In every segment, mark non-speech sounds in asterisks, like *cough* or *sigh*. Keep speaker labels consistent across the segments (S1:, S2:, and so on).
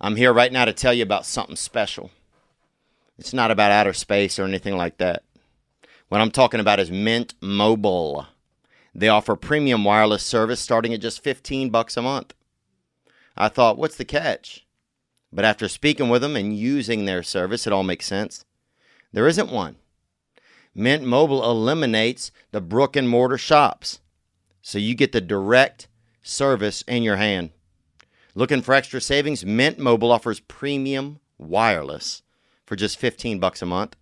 S1: I'm here right now to tell you about something special. It's not about outer space or anything like that. What I'm talking about is Mint Mobile. They offer premium wireless service starting at just 15 bucks a month. I thought, what's the catch? But after speaking with them and using their service, it all makes sense. There isn't one. Mint Mobile eliminates the brick and mortar shops, so you get the direct service in your hand. Looking for extra savings? Mint Mobile offers premium wireless for just 15 bucks a month.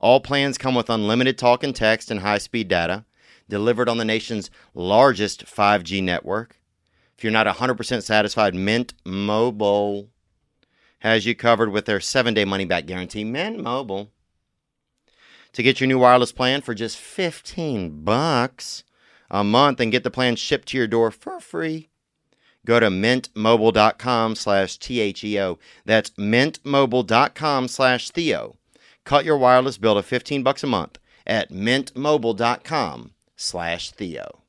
S1: All plans come with unlimited talk and text and high-speed data delivered on the nation's largest 5G network. If you're not 100% satisfied, Mint Mobile has you covered with their 7-day money back guarantee. Mint Mobile to get your new wireless plan for just 15 bucks a month and get the plan shipped to your door for free. Go to mintmobile.com slash T-H-E-O. That's mintmobile.com slash Theo. Cut your wireless bill to 15 bucks a month at mintmobile.com slash Theo.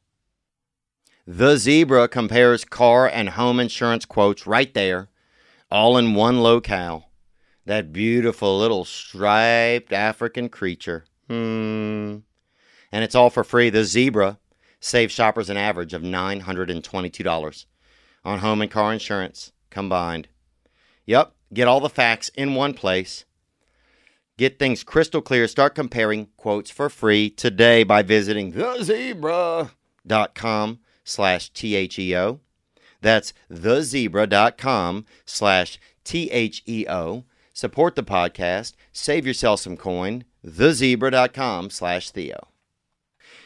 S1: The Zebra compares car and home insurance quotes right there, all in one locale. That beautiful little striped African creature. Hmm. And it's all for free. The Zebra saves shoppers an average of $922 on home and car insurance combined. Yep, get all the facts in one place. Get things crystal clear. Start comparing quotes for free today by visiting thezebra.com slash T-H-E-O. That's thezebra.com slash T-H-E-O. Support the podcast. Save yourself some coin. TheZebra.com slash Theo.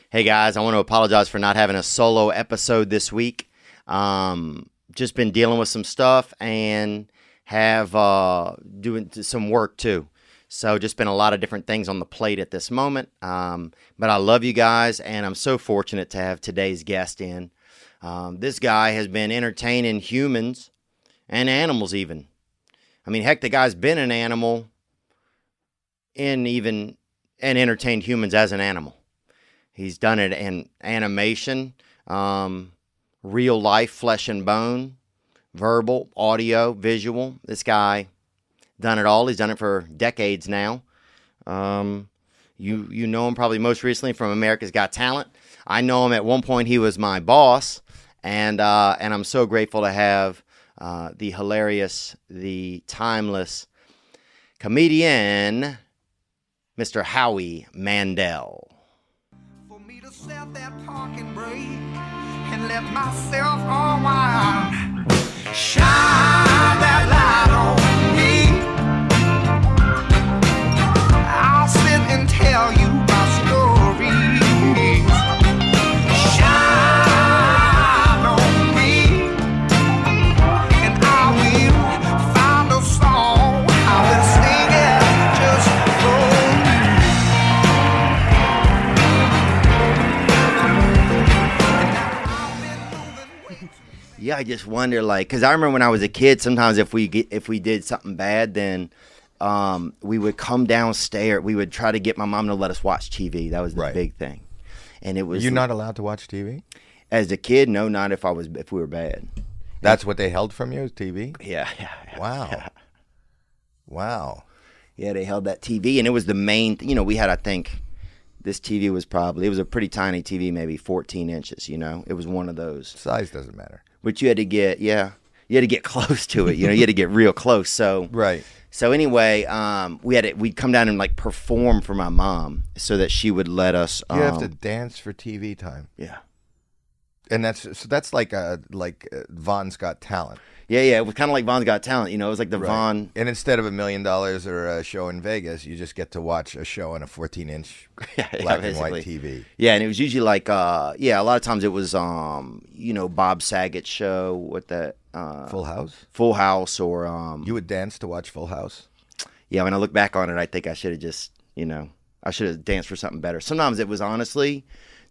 S1: Hey guys, I want to apologize for not having a solo episode this week. Um, just been dealing with some stuff and have uh, doing some work too. So just been a lot of different things on the plate at this moment. Um, but I love you guys and I'm so fortunate to have today's guest in. Um, this guy has been entertaining humans and animals even. I mean, heck, the guy's been an animal and even and entertained humans as an animal. He's done it in animation, um, real life, flesh and bone, verbal, audio, visual. This guy done it all. He's done it for decades now. Um, you you know him probably most recently from America's Got Talent. I know him at one point. He was my boss, and uh, and I'm so grateful to have uh, the hilarious, the timeless comedian, Mr. Howie Mandel.
S2: For me to set that parking brake and let myself unwind. Shine that light on me. I'll sit and tell you my stories. Shine on me. And I will find a song. I will sing it just for you.
S1: Yeah, I just wonder, like, because I remember when I was a kid, sometimes if we get, if we did something bad, then um, we would come downstairs. We would try to get my mom to let us watch TV. That was the
S3: Right.
S1: big thing, and it was
S3: You're not allowed to watch TV.
S1: as a kid. No, not if I was if we were bad.
S3: That's what they held from you, is *laughs* TV.
S1: Yeah, yeah,
S3: Wow. Wow.
S1: yeah. They held that TV, and it was the main. th- You know, we had I think this TV was probably it was a pretty tiny TV, maybe 14 inches. You know, it was one of those.
S3: Size doesn't matter.
S1: but you had to get yeah you had to get *laughs* close to it you know you had to get real close so
S3: *laughs* Right.
S1: so anyway um we had to, we'd come down and like perform for my mom so that she would let us um,
S3: You have to dance for TV time,
S1: yeah
S3: and that's so that's like a like uh, Vaughn's Got Talent,
S1: yeah yeah it was kind of like Von's Got Talent you know it was like the
S3: Right.
S1: Von
S3: And instead of a million dollars or a show in Vegas, you just get to watch a show on a 14 inch
S1: *laughs* *laughs* Yeah, yeah,
S3: black and white
S1: basically.
S3: TV.
S1: yeah and it was usually like uh yeah a lot of times it was um you know Bob Saget's show what the uh
S3: Full House.
S1: Full House or um
S3: You would dance to watch Full House.
S1: yeah, when I look back on it, I think I should have just, you know, I should have danced for something better. Sometimes it was honestly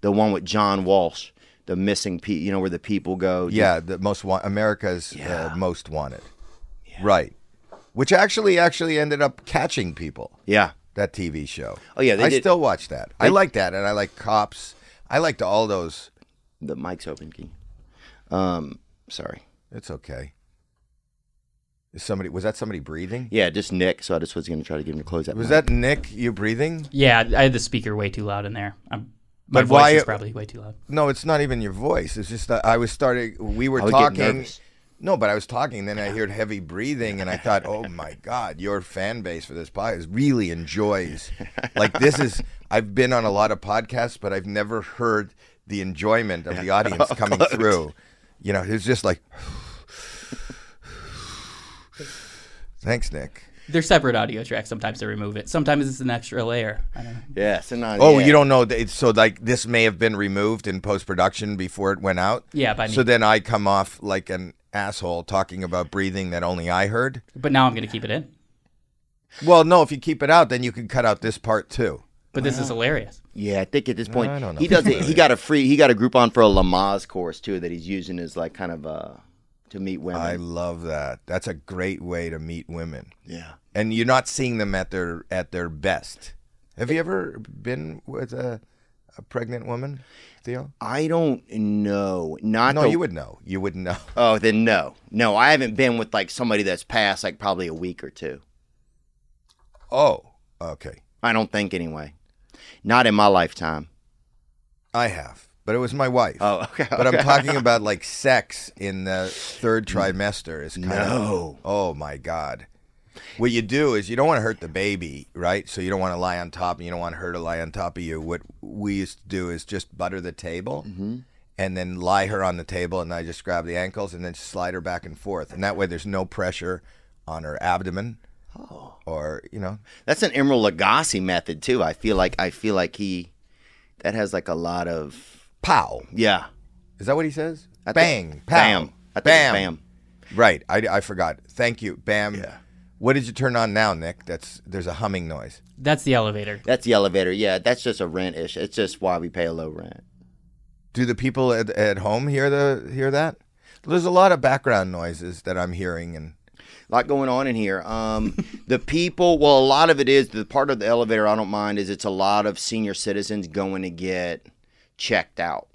S1: the one with John Walsh, the missing pe, you know, where the people go.
S3: Yeah, the most wa- America's
S1: Yeah.
S3: uh, most wanted. Right. Which actually actually ended up catching people.
S1: Yeah.
S3: That TV show.
S1: Oh, yeah, they
S3: I
S1: did-
S3: still watch that. I like that, and I like Cops. I liked all those.
S1: The mic's open, Key. Um, sorry.
S3: It's okay. Is somebody was that somebody breathing?
S1: Yeah, just Nick. So I just was going to try to get him to close that.
S3: Was
S1: mic.
S3: that Nick? You breathing?
S4: Yeah, I had the speaker way too loud in there. I'm, my
S3: But
S4: voice
S3: why-
S4: is probably way too loud.
S3: No, it's not even your voice. It's just that I was starting. We were
S1: I would get
S3: talking.
S1: nervous.
S3: No, but I was talking. Then I heard heavy breathing, and I
S1: *laughs*
S3: thought, "Oh my God, your fan base for this podcast really enjoys." Like this is. I've been on a lot of podcasts, but I've never heard the enjoyment of
S1: *laughs*
S3: the audience coming through. You know, it's just like, "Thanks, Nick."
S4: They're separate audio tracks. Sometimes they remove it. Sometimes it's an extra layer. I don't know.
S1: Yes. And I,
S3: Oh,
S1: yeah.
S3: you don't know. that it's- So, like, this may have been removed in post production before it went out.
S4: Yeah, by me.
S3: So then I come off like an asshole talking about breathing that only I heard.
S4: But now I'm going to keep it in.
S3: Well, no, if you keep it out, then you can cut out this part too.
S4: But this is hilarious.
S1: Yeah, I think at this point
S3: I don't know.
S1: he does it. He got a free. He got a Groupon for a Lamaze course too that he's using as like kind of uh to meet women.
S3: I love that. That's a great way to meet women,
S1: yeah.
S3: and you're not seeing them at their at their best. Have you ever been with a, a pregnant woman, Theo?
S1: I don't know. Not
S3: No,
S1: the,
S3: you would know. You would know. *laughs*
S1: Oh, then no, no. I haven't been with like somebody that's passed like probably a week or two.
S3: Oh, okay.
S1: I don't think anyway. Not in my lifetime.
S3: I have, but it was my wife.
S1: Oh, *laughs* okay.
S3: But I'm
S1: okay.
S3: talking
S1: *laughs*
S3: about like sex in the third trimester is kind
S1: No.
S3: of oh my god. What you do is you don't want to hurt the baby, right? So you don't want to lie on top, and you don't want her to lie on top of you. What we used to do is just butter the table,
S1: Mm-hmm.
S3: and then lie her on the table, and I just grab the ankles and then slide her back and forth, and that way there's no pressure on her abdomen,
S1: Oh.
S3: or you know,
S1: That's an Emerald Lagasse method too. I feel like I feel like he that has like a lot of
S3: pow.
S1: yeah.
S3: Is that what he says?
S1: I think-
S3: bang, pow,
S1: bam, I think it's bam.
S3: Right. I, I forgot. Thank you, Bam.
S1: Yeah.
S3: What did you turn on now, Nick? That's there's a humming noise.
S4: That's the elevator.
S1: That's the elevator. Yeah, that's just a rent issue. It's just why we pay a low rent.
S3: Do the people at, at home hear the hear that? There's a lot of background noises that I'm hearing, and
S1: lot going on in here. Um,
S3: *laughs*
S1: the people, well, a lot of it is the part of the elevator I don't mind is it's a lot of senior citizens going to get checked out.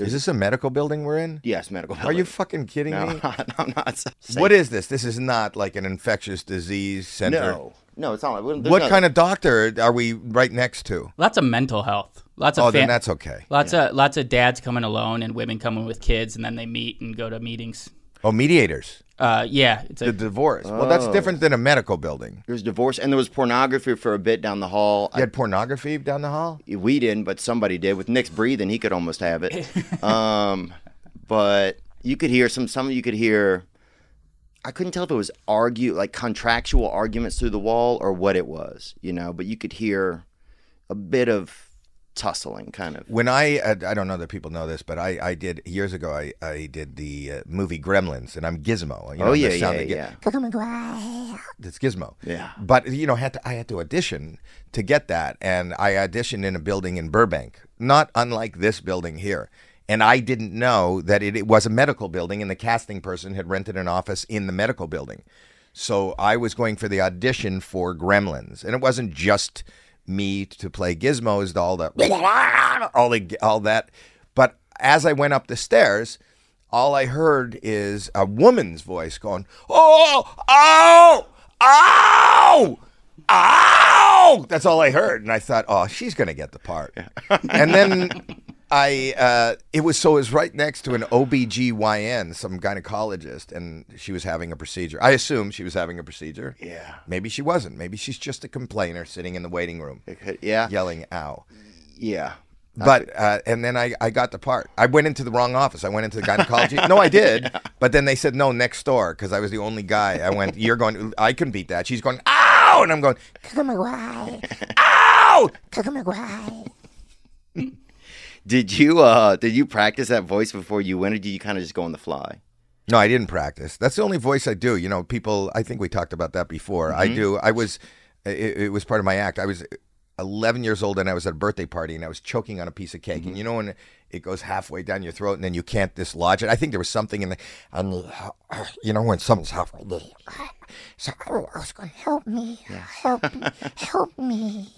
S3: is this a medical building we're in?
S1: Yes, medical.
S3: Are you
S1: billing.
S3: fucking kidding
S1: No,
S3: me?
S1: I'm not. *laughs* I'm not saying-
S3: What is this? This is not like an infectious disease center.
S1: No, no, it's not. Like,
S3: What kind of doctor are we right next to?
S4: Lots of mental health. Lots of
S3: Oh, then
S4: fam-
S3: that's okay.
S4: Lots of lots of dads coming alone and women coming with kids, and then they meet and go to meetings.
S3: Oh, mediators.
S4: Uh, yeah, it's a,
S3: The divorce. Well, that's different than a medical building.
S1: There's divorce, and there was pornography for a bit down the hall.
S3: You had pornography down the hall.
S1: I, we didn't, but somebody did. With Nick's breathing, he could almost have it. um, but you could hear some. Some you could hear. I couldn't tell if it was argue like contractual arguments through the wall or what it was, you know. But you could hear a bit of tussling, kind of.
S3: when I uh, I I don't know that people know this, but I, I did years ago. I, I did the uh, movie Gremlins, and I'm Gizmo. You know,
S1: Oh, yeah,
S3: the sound
S1: yeah,
S3: that get- That's Gizmo.
S1: Yeah.
S3: But you know, had to, I had to audition to get that, and I auditioned in a building in Burbank, not unlike this building here. And I didn't know that it, it was a medical building, and the casting person had rented an office in the medical building. So I was going for the audition for Gremlins, and it wasn't just me to play Gizmo. It was all the *laughs* all the all that. But as I went up the stairs, all I heard is a woman's voice going, "Oh, oh, ow, ow!" That's all I heard, and I thought, "Oh, she's gonna get the part." and then I, uh, it was so it was right next to an OBGYN, some gynecologist, and she was having a procedure. I assume she was having a procedure.
S1: Yeah.
S3: Maybe she wasn't. Maybe she's just a complainer sitting in the waiting room,
S1: Yeah, yeah,
S3: yelling, "Ow."
S1: yeah.
S3: But uh, and then I, I got the part. I went into the wrong office. I went into the gynecology. no, I did. But then they said no next door because I was the only guy. I went. You're going. I can beat that. She's going. Ow! And I'm going. Tucker McGraw. Ow! Tucker McGraw.
S1: Did you uh did you practice that voice before you went, or did you kind of just go on the fly?
S3: No, I didn't practice. That's the only voice I do. You know, people. I think we talked about that before. I do. I was. It, it was part of my act. I was 11 years old, and I was at a birthday party, and I was choking on a piece of cake. And you know when it goes halfway down your throat, and then you can't dislodge it. I think there was something in the, on the you know, when something's halfway. So oh, I was going, help me, help me, help me,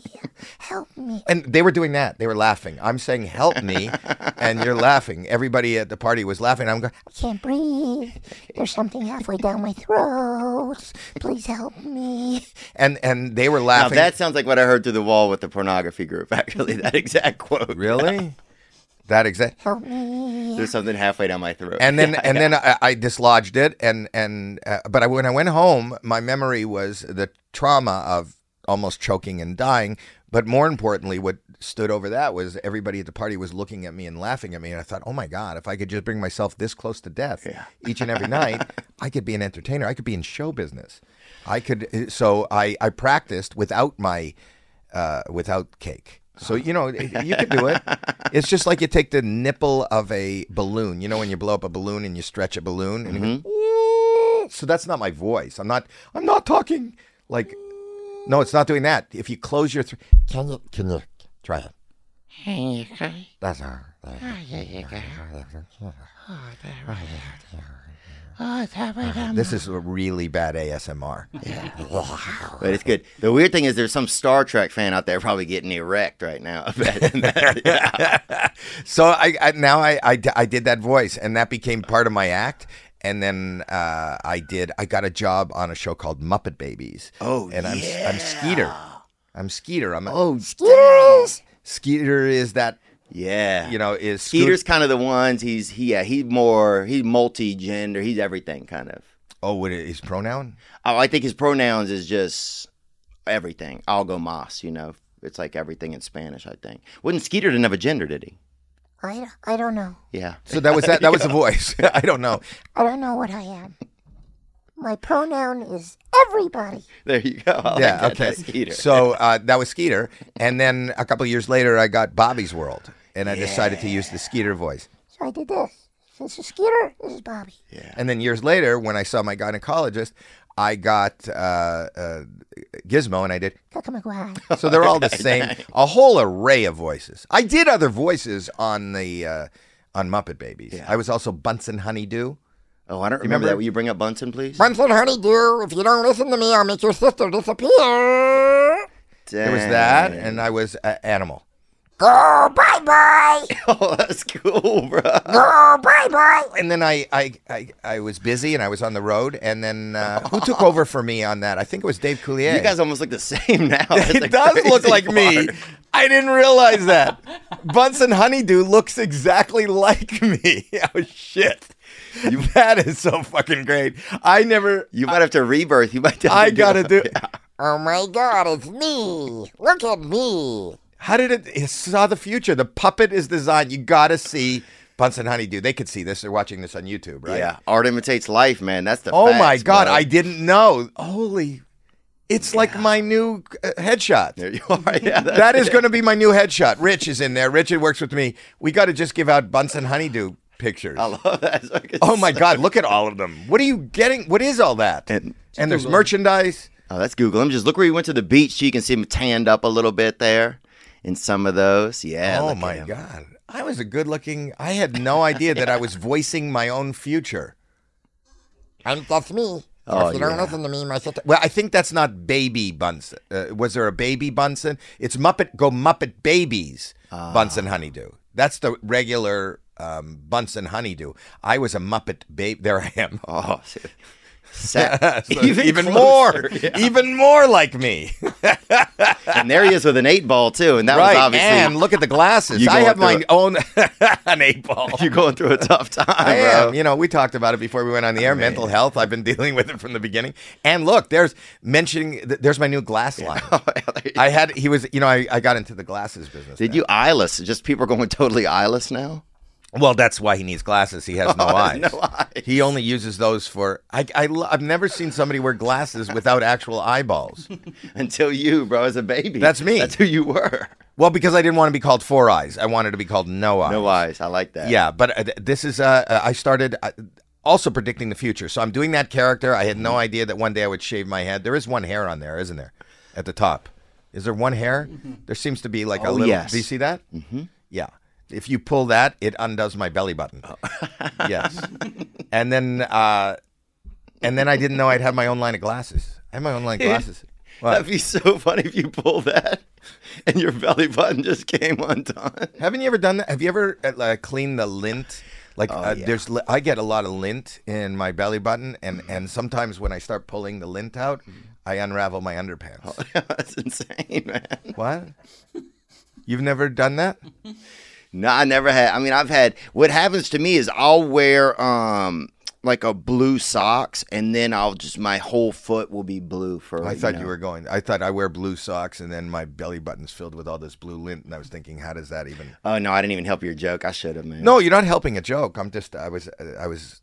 S3: help me. And they were doing that. They were laughing. I'm saying, help me, and you're laughing. Everybody at the party was laughing. I'm going, I can't breathe. There's something halfway down my throat. Please help me. And and they were
S1: Now
S3: laughing.
S1: that sounds like what I heard through the wall with the pornography group. *laughs* Actually, that exact quote.
S3: really *laughs* that exact. Help me.
S1: There's something halfway down my throat.
S3: and
S1: *laughs*
S3: then and then I, I dislodged it and and uh, but I, when I went home, my memory was the trauma of almost choking and dying. But more importantly, what stood over that was everybody at the party was looking at me and laughing at me, and I thought, oh my god, if I could just bring myself this close to death *laughs* each and every night, I could be an entertainer. I could be in show business. I could. uh, So I I practiced without my uh, without cake. So you know you can do it. It's just like you take the nipple of a balloon. You know when you blow up a balloon and you stretch a balloon. And you go, "Ooh." so that's not my voice. I'm not. I'm not talking like. No, it's not doing that. If you close your, thr- can you can you try it? That's all. This is a really bad ASMR. *laughs*
S1: But it's good. The weird thing is, there's some Star Trek fan out there probably getting erect right now. *laughs* I bet. *laughs*
S3: *laughs* So I, I now I, I d- I did that voice, and that became part of my act. And then uh, I did. I got a job on a show called Muppet Babies.
S1: Oh,
S3: and I'm I'm Skeeter. I'm Skeeter. I'm a,
S1: Oh,
S3: squirrels. Skeeter is that
S1: yeah.
S3: you know is Scoot-
S1: Skeeter's kind of the ones. He's he yeah. He's more. He's multi gender. He's everything kind of.
S3: Oh, what is his pronoun?
S1: Oh, I think his pronouns is just everything. Algo mas. You know, it's like everything in Spanish. I think. Wouldn't Skeeter didn't have a gender, did he?
S5: I, I don't know.
S1: Yeah. *laughs*
S3: So that was that. That was the voice. *laughs* I don't know.
S5: I don't know what I am. My pronoun is everybody.
S1: There you go. I like
S3: yeah.
S1: that.
S3: okay.
S1: Oh, That's Skeeter.
S3: So uh, that was Skeeter, and then a couple of years later, I got Bobby's World, and I decided to use the Skeeter voice.
S5: So I did this. This is Skeeter. This is Bobby.
S3: And then years later, when I saw my gynecologist, I got uh, uh, Gizmo, and I did.
S5: Cuck my guy.
S3: So they're
S1: *laughs*
S3: all the same. A whole array of voices. I did other voices on the uh, on Muppet Babies. I was also Bunsen Honeydew.
S1: oh, I don't remember,
S3: remember
S1: that.
S3: that?
S1: Will you bring up Bunsen, please?
S5: Bunsen Honeydew, if you don't listen to me, I'll make your sister disappear.
S3: There was that, and I was uh, Animal.
S5: Go bye bye.
S1: *laughs* oh, that's cool, bro.
S5: Go bye bye.
S3: And then I, I, I, I was busy and I was on the road. And then uh, who took over for me on that? I think it was Dave Coulier.
S1: You guys almost look the same
S3: *laughs*
S1: now. That's the
S3: it does look
S1: crazy
S3: like me.
S1: part.
S3: I didn't realize that. Bunsen Honeydew looks exactly like me. *laughs* Oh shit. that is so fucking great. I never
S1: You might have to rebirth. You might. Have
S3: I
S1: to *laughs*
S3: gotta do
S5: Oh my God, it's me. Look at me.
S3: How did it, it saw the future? The puppet is designed. You gotta see Bunsen Honeydew. They could see this. They're watching this on YouTube, right?
S1: Yeah, art imitates life, man. That's the.
S3: Oh my
S1: facts,
S3: god,
S1: bro.
S3: I didn't know. Holy It's like my new uh, headshot.
S1: There you are. *laughs* Yeah, that's
S3: That is going to be my new headshot. Rich is in there. Richard works with me. We got to just give out Bunsen Honeydew
S1: *laughs*
S3: pictures.
S1: I love that. It's like-
S3: Oh my God! Look at all of them. What are you getting? What is all that?
S1: And-
S3: And, there's merchandise.
S1: Oh, that's Google. Him. Just look where you went to the beach. So you can see him tanned up a little bit there in some of those. Yeah.
S3: oh
S1: look at
S3: my
S1: him.
S3: God! I was a good-looking. I had no idea that I was voicing my own future.
S5: And that's me.
S1: Oh,
S5: if you don't
S1: yeah.
S5: listen to me, my sister.
S3: Well, I think that's not Baby Bunsen. Uh, was there a Baby Bunsen? It's Muppet Go Muppet Babies
S1: Ah.
S3: Bunsen Honeydew. That's the regular um, Bunsen Honeydew. I was a Muppet babe. There I am.
S1: Oh, *laughs* shit. Sa-
S3: *laughs*
S1: *laughs*
S3: So even
S1: closer.
S3: more, even more like me.
S1: And there he is with an eight ball too. And that
S3: right.
S1: was obviously
S3: and look at the glasses.
S1: You
S3: I
S1: going
S3: have
S1: through
S3: my
S1: it.
S3: own *laughs* an eight ball.
S1: *laughs* you're going through a tough time,
S3: I
S1: bro.
S3: am. You know, we talked about it before we went on the air. Mental health. I've been *laughs* dealing with it from the beginning. And look, there's mentioning. th- There's my new glass
S1: *laughs*
S3: line. I had. He was. You know, I, I got into the glasses business.
S1: Did you eyeless? Just people are going totally eyeless now. *laughs*
S3: Well, that's why he needs glasses. He has no eyes.
S1: Oh, no eyes.
S3: He only uses those for. I, I, lo- I've never seen somebody wear glasses without
S1: *laughs*
S3: actual eyeballs.
S1: Until you, bro, as a baby.
S3: That's me.
S1: That's who you were.
S3: Well, because I didn't want to be called four eyes. I wanted to be called no eyes.
S1: No eyes. I like that.
S3: Yeah, but uh, th- this is uh, uh, I started uh, also predicting the future. So I'm doing that character. I had
S1: Mm-hmm.
S3: no idea that one day I would shave my head. There is one hair on there, isn't there? At the top. Is there one hair? There seems to be like a
S1: Mm-hmm. Oh,
S3: little
S1: yes.
S3: Do you see that? Mm-hmm. Yeah. If you pull
S1: Oh. *laughs*
S3: *laughs* that, it undoes my belly button. yes. And then uh and then I didn't know I'd have my own line of glasses. I have my
S1: *laughs*
S3: own line of glasses.
S1: That'd
S3: What?
S1: be so *laughs* funny if you pull that *laughs* and your belly button just came *laughs* undone.
S3: Haven't you ever done that? Have you ever uh, like, cleaned the lint? Like uh, there's, li- I get a lot of lint in my belly button, and and sometimes when I start pulling the lint out, I unravel my underpants. *laughs*
S1: That's insane, man.
S3: What? You've never done that?
S1: No, I never had. I mean, I've had. What happens to me is I'll wear um like a blue socks, and then I'll just my whole foot will be blue for.
S3: I
S1: like,
S3: thought
S1: know,
S3: you were going. I thought I wear blue socks, and then my belly button's filled with all this blue lint, and I was thinking, how does that even?
S1: Oh no, I didn't even help your joke. I should have, man.
S3: No, you're not helping a joke. I'm just. I was. uh, I was.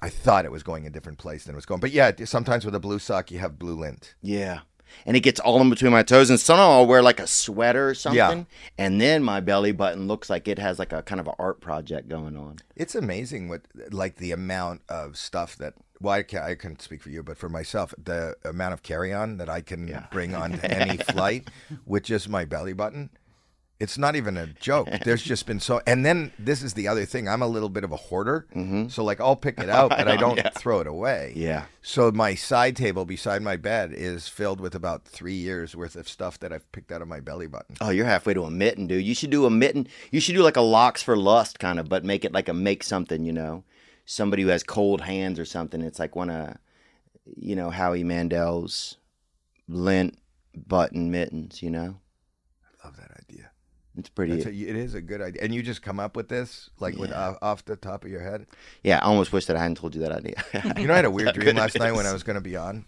S3: I thought it was going a different place than it was going. But yeah, sometimes with a blue sock, you have blue lint.
S1: Yeah. And it gets all in between my toes, and somehow I'll wear like a sweater or something, and then my belly button looks like it has like a kind of an art project going on.
S3: It's amazing what like the amount of stuff that well I can I couldn't speak for you but for myself the amount of carry on that I can *laughs* bring onto any flight with just my belly button. It's not even a joke. There's just been so and then this is the other thing. I'm a little bit of a hoarder. So like I'll pick it out but Mm-hmm. *laughs* I don't throw it away.
S1: Yeah.
S3: So my side table beside my bed is filled with about 3 years worth of stuff that I've picked out of my belly button.
S1: Oh, you're halfway to a mitten, dude. You should do a mitten. You should do like a locks for lust kind of, but make it like a make something, you know, somebody who has cold hands or something. It's like one of, you know, Howie Mandel's lint button mittens, you know?
S3: I love that idea.
S1: It's pretty.
S3: That's a, it is a good idea. And you just come up with this like with off, off the top of your head?
S1: yeah, I almost wish that I hadn't told you that idea.
S3: You know, I
S1: *laughs*
S3: had a weird dream last night when I was going to be on.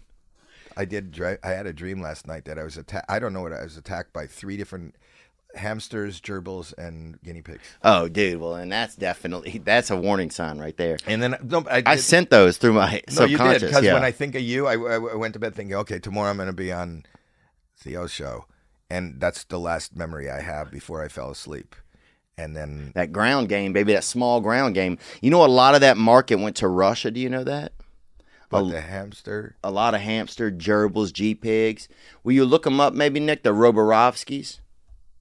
S3: I did. Dre- I had a dream last night that I was attacked. I don't know what I was attacked by three different hamsters, gerbils, and guinea pigs.
S1: oh, dude. Well, and that's definitely, that's a warning sign right there.
S3: And then no, I,
S1: I
S3: did-
S1: sent those through my
S3: no, you did
S1: subconscious.
S3: because
S1: yeah.
S3: when I think of you, I, I I went to bed thinking, okay, tomorrow I'm going to be on Theo's show, and that's the last memory I have before I fell asleep. And then
S1: that ground game, baby, that small ground game. You know, a lot of that market went to Russia. Do you know that?
S3: but the hamster.
S1: a lot of hamster, gerbils, G pigs. Will you look them up, maybe Nick? The Roborovskis. *laughs*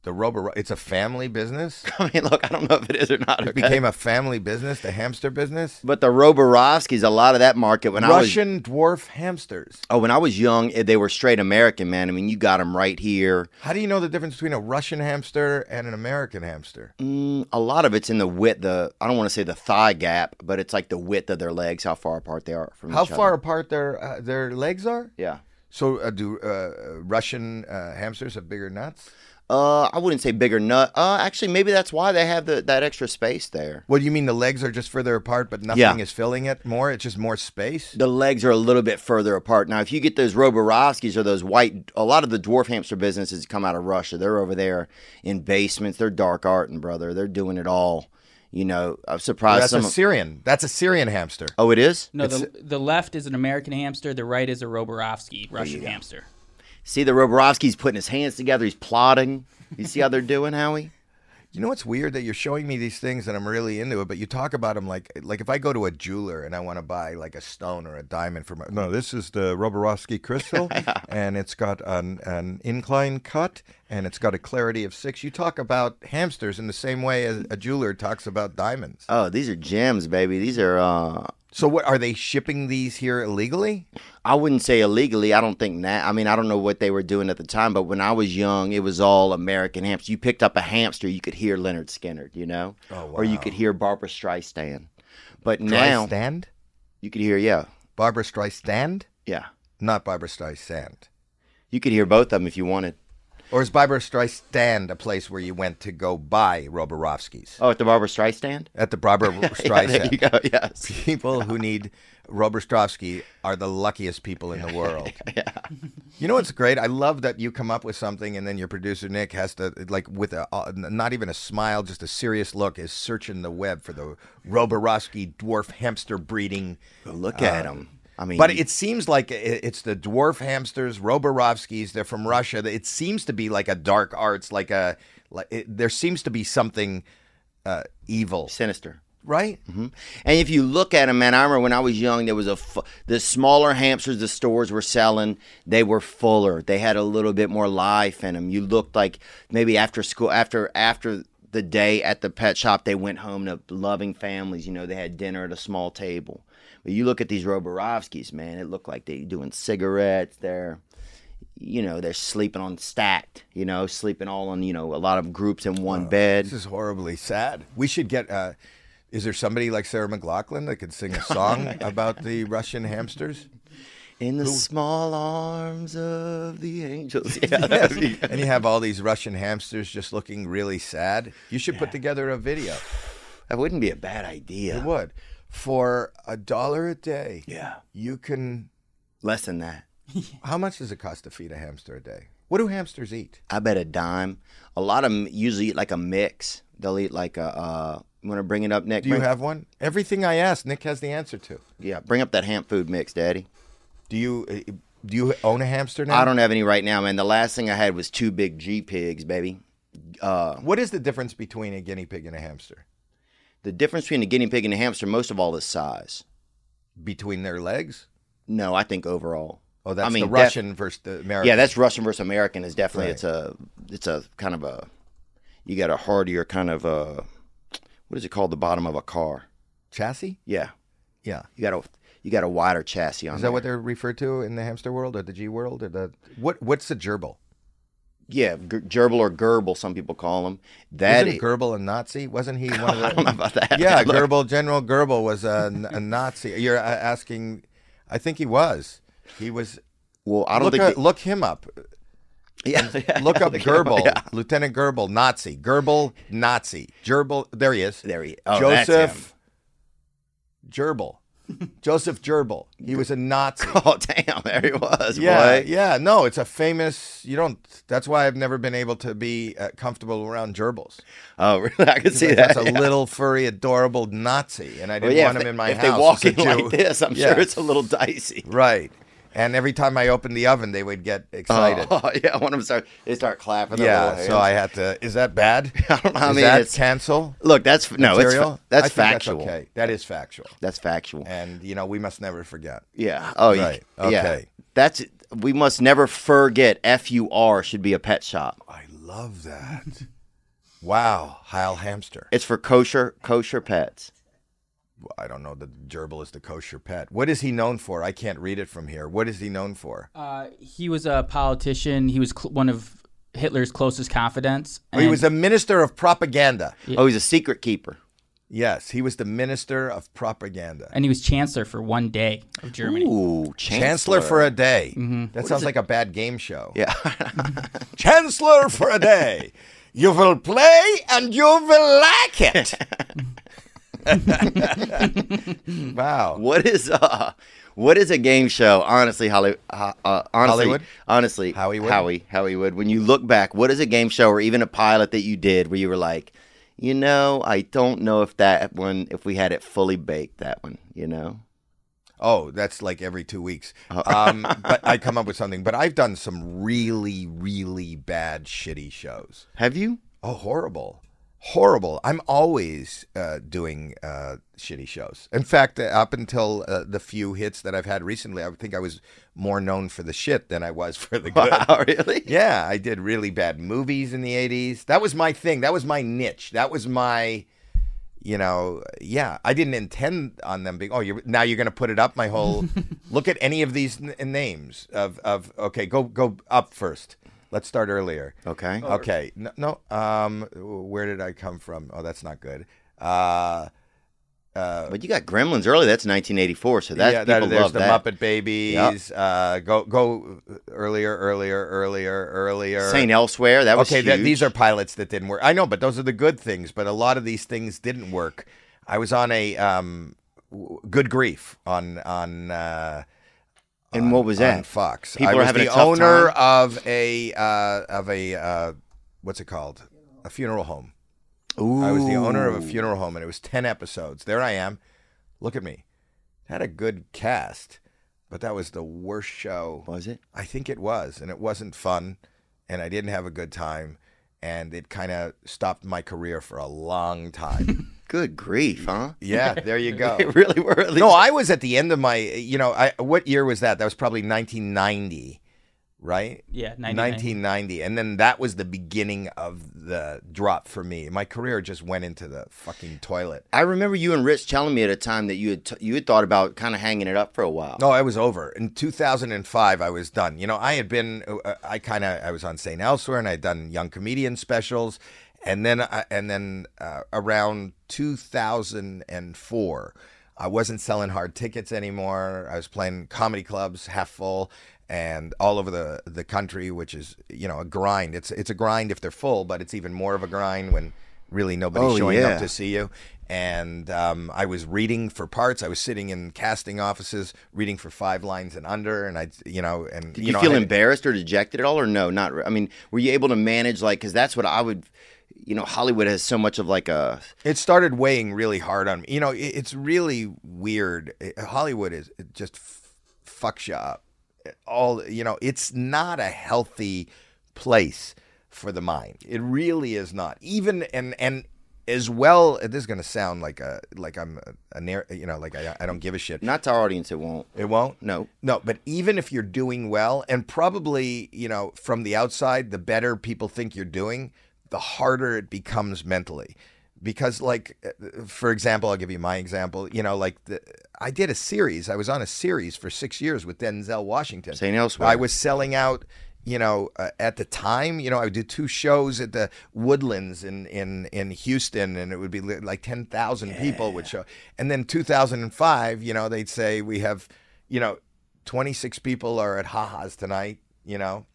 S3: The Robo, it's a family business.
S1: I mean, look, I don't know if it is or not,
S3: It
S1: okay?
S3: became a family business, the hamster business.
S1: but the Roborovskis, a lot of that market when I was
S3: Russian dwarf hamsters.
S1: oh when I was young, eh, they were straight American, man. I mean, you got them right here.
S3: How do you know the difference between a Russian hamster and an American hamster?
S1: Mm, a lot of it's in the width, the I don't want to say the thigh gap, but it's like the width of their legs, how far apart they are from
S3: How
S1: each other.
S3: far apart their uh, their legs are?
S1: Yeah.
S3: So uh, do uh, uh, Russian uh, hamsters have bigger nuts?
S1: Uh, I wouldn't say bigger nut. Uh, actually, maybe that's why they have the, that extra space there.
S3: What do you mean the legs are just further apart, but nothing
S1: Yeah.
S3: is filling it more? It's just more space.
S1: the legs are a little bit further apart. Now, if you get those Roborovskis or those white, a lot of the dwarf hamster businesses come out of Russia. They're over there in basements. They're dark art and brother. They're doing it all. You know, I'm surprised
S3: That's a
S1: Uh, some.
S3: Syrian. That's a Syrian hamster.
S1: oh, it is.
S4: No, the, the left is an American hamster. The right is a Roborovsky, Russian hamster.
S1: See, the Roborovski's putting his hands together. He's plotting. You see how they're doing, Howie?
S3: You know what's weird that you're showing me these things and I'm really into it, but you talk about them like like if I go to a jeweler and I want to buy like a stone or a diamond for my no, this is the Roborovsky crystal and it's got an an incline cut and it's got a clarity of six. You talk about hamsters in the same way as a jeweler talks about diamonds.
S1: Oh, these are gems, baby. These are. uh
S3: So what are they shipping these here illegally?
S1: I wouldn't say illegally. I don't think that. I mean, I don't know what they were doing at the time, but when I was young, it was all American hamster. You picked up a hamster, you could hear Leonard Skinner, you know, oh, or you could hear Barbara Streisand. But now
S3: Streisand,
S1: you could hear, yeah,
S3: Barbara Streisand,
S1: yeah,
S3: not Barbara Streisand.
S1: you could hear both of them if you wanted.
S3: Or is Barbara Streisand a place where you went to go buy Roborovskys?
S1: Oh, at the Barbara Streisand. *laughs*
S3: At the Barbara
S1: Yeah, there
S3: Streisand.
S1: you go. Yes.
S3: people who need Robostrowski are the luckiest people in the world. You know what's great? I love that you come up with something and then your producer Nick has to like with a uh, not even a smile, just a serious look is searching the web for the Roborowski dwarf hamster breeding.
S1: Look at them. I mean,
S3: But it seems like i- it's the dwarf hamsters, Roborovskis. They're from Russia. It seems to be like a dark arts, like a like. It, there seems to be something uh, evil,
S1: sinister.
S3: right?
S1: And if you look at them, man, I remember when I was young, there was a f- the smaller hamsters the stores were selling. They were fuller. They had a little bit more life in them. You looked like maybe after school, after after the day at the pet shop, they went home to loving families. You know, they had dinner at a small table. But you look at these Roborovskis, man, it looked like they're doing cigarettes. They're, you know, they're sleeping on stacked, you know, sleeping all on, you know, a lot of groups in one bed.
S3: This is horribly sad. We should get. Uh, is there somebody like Sarah McLaughlin that could sing a
S1: *laughs*
S3: song about the Russian hamsters?
S1: In the small arms of the angels. *laughs* Yeah, that'd be good.
S3: And you have all these Russian hamsters just looking really sad. You should put together a video.
S1: that wouldn't be a bad idea.
S3: It would. For a dollar a day,
S1: Yeah.
S3: you can.
S1: Less than that.
S3: How much does it cost to feed a hamster a day? What do hamsters eat?
S1: I bet a dime. A lot of them usually eat like a mix. They'll eat like a. Uh, want to bring it up, Nick?
S3: Do you
S1: Bring-
S3: have one? Everything I ask, Nick has the answer to.
S1: Yeah, bring up that ham food mix, Daddy.
S3: Do you uh, do you own a hamster now?
S1: I don't have any right now, man. The last thing I had was two big G pigs, baby. Uh,
S3: What is the difference between a guinea pig and a hamster?
S1: The difference between a guinea pig and a hamster, most of all, is size.
S3: Between their legs?
S1: No, I think overall.
S3: Oh, that's
S1: I mean,
S3: the
S1: def-
S3: Russian versus the American.
S1: yeah, that's Russian versus American. Is definitely
S3: Right.
S1: it's a it's a kind of a you got a hardier kind of uh what is it called the bottom of a car?
S3: chassis.
S1: Yeah,
S3: Yeah.
S1: you got a you got a wider chassis on.
S3: Is that what
S1: there.
S3: they're referred to in the hamster world or the G world or the what? What's the gerbil?
S1: Yeah, g- gerbil or gerbil, some people call them. That is, *laughs*
S3: Wasn't Goebbels a Nazi? Wasn't he one
S1: I don't
S3: of
S1: know
S3: the?
S1: about that.
S3: yeah,
S1: Look,
S3: Goebbels, General Goebbels was a, n- a Nazi. You're uh, asking? I think he was. He was.
S1: Well, I don't
S3: look,
S1: think.
S3: uh,
S1: that-
S3: look
S1: *laughs*
S3: him up.
S1: yeah, yeah,
S3: Look up
S1: him up,
S3: Goebbels,
S1: yeah.
S3: Lieutenant Goebbels, Nazi. Goebbels, Nazi. Gerbil. There he is.
S1: There he. Oh, that's
S3: Joseph Gerbil. Joseph Gerbil. He was a Nazi.
S1: him. *laughs* Oh damn! There he was.
S3: Yeah,
S1: boy.
S3: yeah. No, it's a famous. You don't. That's why I've never been able to be uh, comfortable around gerbils.
S1: Oh, really? I could *laughs* see
S3: Like,
S1: that.
S3: that's a
S1: yeah.
S3: little furry, adorable Nazi, and I
S1: Well,
S3: didn't
S1: yeah,
S3: want
S1: if
S3: him
S1: they-
S3: in my
S1: if
S3: house.
S1: they walk
S3: as
S1: in
S3: a
S1: like
S3: Jew.
S1: this, I'm
S3: Yeah.
S1: sure it's a little dicey.
S3: right. And every time I opened the oven, they would get excited.
S1: *laughs* Oh, yeah, one of them start they start clapping. their
S3: yeah,
S1: little
S3: so I
S1: hands.
S3: had to. Is that bad?
S1: *laughs* I don't know, I
S3: Is
S1: mean,
S3: that
S1: it's-
S3: cancel
S1: look. That's f- no, it's
S3: material?
S1: fa- that's
S3: I think
S1: factual.
S3: That's okay, that is factual,
S1: That's factual.
S3: and you know we must never forget.
S1: Yeah. Oh, you-
S3: Right.
S1: yeah.
S3: Okay.
S1: That's we must never forget. F U R should be a pet shop.
S3: I
S1: *laughs*
S3: love that. wow, Heil Hamster.
S1: It's for kosher kosher pets.
S3: Well, I don't know. The gerbil is the kosher pet. What is he known for? I can't read it from here. What is he known for?
S4: Uh, he was a politician. He was cl- one of Hitler's closest confidants.
S3: Oh, he was
S4: and-
S3: the minister of propaganda.
S1: Oh, he's a secret keeper.
S3: Yes, he was the minister of propaganda.
S4: and he was chancellor for one day of Germany.
S1: Ooh,
S3: Chancellor,
S1: chancellor,
S3: for a day.
S4: Mm-hmm.
S3: That sounds like a bad game show.
S1: yeah. *laughs*
S3: Chancellor for a day. You will play and you will like it. *laughs* wow.
S1: what is uh what is a game show? Honestly, Holly, uh, uh, honestly,
S3: Hollywood?
S1: honestly,
S3: Hollywood?
S1: Howie, Hollywood. When you look back, what is a game show or even a pilot that you did where you were like, you know, I don't know if that one, if we had it fully baked, that one, you know.
S3: Oh, that's like every two weeks.
S4: Uh-huh.
S3: Um, but I come up with something. But I've done some really, really bad, shitty shows.
S1: Have
S3: *laughs*
S1: you? *laughs*
S3: Oh, horrible. Horrible. I'm always uh, doing uh, shitty shows. In fact, uh, up until uh, the few hits that I've had recently, I would think I was more known for the shit than I was for the
S1: *laughs*
S3: good.
S1: Wow, Oh, really?
S3: Yeah, I did really bad movies in the 80s. That was my thing. That was my niche. That was my, you know, yeah, I didn't intend on them being, oh, you're, now you're going to put it up
S1: *laughs*
S3: my whole, look at any of these n- names of, of, okay, go, go up first. Let's start earlier.
S1: Okay. Oh,
S3: Okay. No, no um, where did I come from? Oh, that's not good. Uh,
S1: But you got Gremlins early. That's 1984, so that's
S3: yeah, that,
S1: people
S3: there's
S1: love
S3: the
S1: that.
S3: Muppet Babies. Uh, go, go earlier, earlier, earlier, earlier.
S1: Saint elsewhere. That was
S3: okay,
S1: Huge.
S3: th- these are pilots that didn't work. I know, but those are the good things. But a lot of these things didn't work. I was on a um, w- Good Grief on on uh,
S1: and what was
S3: on
S1: that?
S3: Fox.
S1: People
S3: I
S1: are
S3: was
S1: having a
S3: the
S1: tough
S3: owner
S1: time?
S3: of a uh, of a uh, what's it called? A funeral home.
S1: Ooh.
S3: I was the owner of a funeral home, and it was ten episodes. There I am. Look at me. Had a good cast, but that was the worst show.
S1: Was it?
S3: I think it was, and it wasn't fun, and I didn't have a good time, and it kind of stopped my career for a long time.
S1: Good grief, huh?
S3: yeah,
S1: *laughs*
S3: there you go.
S1: It really were. at least-
S3: No, I was at the end of my. You know, I what year was that? That was probably 1990. right?
S4: Yeah,
S3: 1990.
S4: 1990.
S3: And then that was the beginning of the drop for me. My career just went into the fucking toilet.
S1: I remember you and Rich telling me at a time that you had t- you had thought about kind of hanging it up for a while.
S3: No, I was over. In 2005, I was done. You know, I had been, uh, I kind of, I was on St. Elsewhere and I'd done young comedian specials. And then, I and then uh, around 2004, I wasn't selling hard tickets anymore. I was playing comedy clubs half full and all over the, the country, which is, you know, a grind. It's, it's a grind if they're full, but it's even more of a grind when really nobody's
S1: Oh,
S3: showing
S1: yeah.
S3: up to see you. And um, I was reading for parts. I was sitting in casting offices reading for five lines and under. And I, you know, and
S1: Did you,
S3: you, know,
S1: feel
S3: I-
S1: embarrassed or dejected at all, or no? Not. Re- I mean, were you able to manage like? Because that's what I would. You know, Hollywood has so much of like a.
S3: It started weighing really hard on me. You know, it, it's really weird. It- Hollywood is it just f- fucks you up. It all you know, it's not a healthy place for the mind. It really is not. Even and and as well. This is gonna sound like a like I'm a, a nar- you know like I, I don't give a shit.
S1: Not to our audience, it won't.
S3: It won't.
S1: No.
S3: No, but even if you're doing well, and probably, you know, from the outside, the better people think you're doing, the harder it becomes mentally. Because, like, uh, for example, I'll give you my example. You know, like, the, I did a series. I was on a series for six years with Denzel Washington.
S1: St. Elsewhere.
S3: I was selling out. You know, uh, at the time, you know, I would do two shows at the Woodlands in in in Houston, and it would be li- like ten thousand people would show. And then 2005, you know, they'd say we have, you know, 26 people are at HaHa's tonight. You know,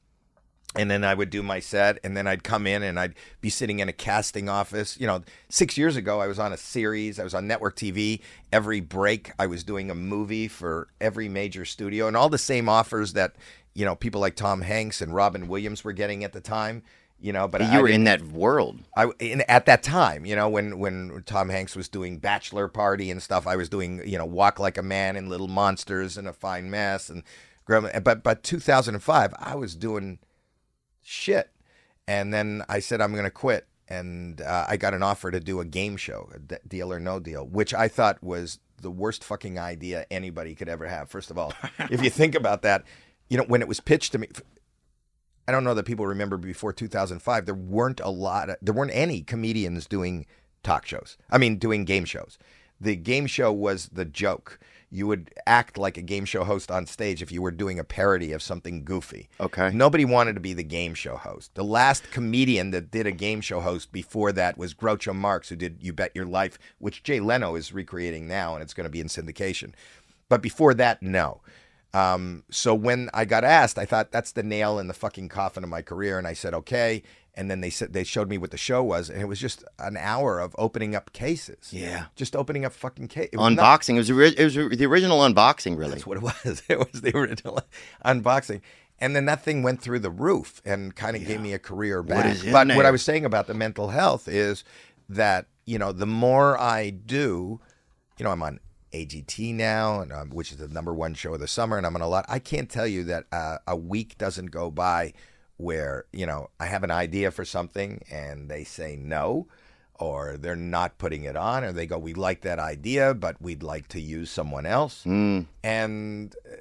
S3: and then I would do my set, and then I'd come in and I'd be sitting in a casting office. You know, six years ago, I was on a series, I was on network TV. Every break, I was doing a movie for every major studio, and all the same offers that, you know, people like Tom Hanks and Robin Williams were getting at the time. You know, but I
S1: You were
S3: didn't-
S1: in that world.
S3: I in, at that time, you know, when when Tom Hanks was doing Bachelor Party and stuff, I was doing you know Walk Like a Man and Little Monsters and A Fine Mess and Grandma. But but 2005, I was doing shit, and then I said I'm gonna quit, and uh, I got an offer to do a game show, a D- Deal or No Deal, which I thought was the worst fucking idea anybody could ever have. First of all, if you think about that, you know, when it was pitched to me, I don't know that people remember before 2005, there weren't a lot, of, there weren't any comedians doing talk shows. I mean, doing game shows. The game show was the joke. You would act like a game show host on stage if you were doing a parody of something goofy.
S1: Okay.
S3: Nobody wanted to be the game show host. The last comedian that did a game show host before that was Groucho Marx, who did You Bet Your Life, which Jay Leno is recreating now, and it's going to be in syndication. But before that, no. Um, so when I got asked, I thought that's the nail in the fucking coffin of my career, and I said okay. And then they said they showed me what the show was, and it was just an hour of opening up cases.
S1: Yeah.
S3: just opening up fucking cases.
S1: Unboxing. It was the ori- it was the original unboxing, really.
S3: That's what it *laughs* was. It was the original unboxing. And then that thing went through the roof and kind of gave me a career back.
S1: is in
S3: but what
S1: there?
S3: I was saying about the mental health is that, you know, the more I do, you know, I'm on AGT now, and um, which is the number one show of the summer, and I'm on a lot. I can't tell you that uh, a week doesn't go by where, you know, I have an idea for something and they say no or they're not putting it on, or they go, "We like that idea, but we'd like to use someone else," and uh,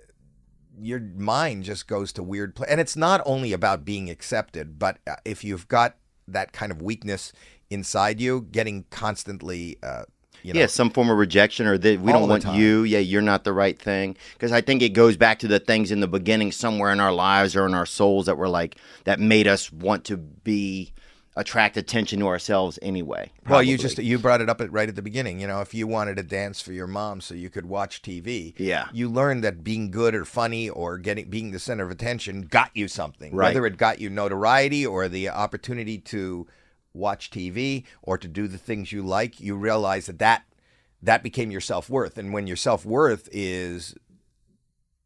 S3: your mind just goes to weird place. And it's not only about being accepted, but uh, if you've got that kind of weakness inside you, getting constantly, uh, you know,
S1: yeah, some form of rejection or that we
S3: All
S1: don't
S3: the
S1: want
S3: time.
S1: you. Yeah, you're not the right thing. Because I think it goes back to the things in the beginning somewhere in our lives or in our souls that were like that made us want to be attract attention to ourselves anyway.
S3: Well,
S1: probably.
S3: you just you brought it up at, right at the beginning. You know, if you wanted to dance for your mom so you could watch TV,
S1: Yeah.
S3: you learned that being good or funny or getting being the center of attention got you something.
S1: Right.
S3: Whether it got you notoriety or the opportunity to watch TV or to do the things you like, you realize that that that became your self worth. And when your self worth is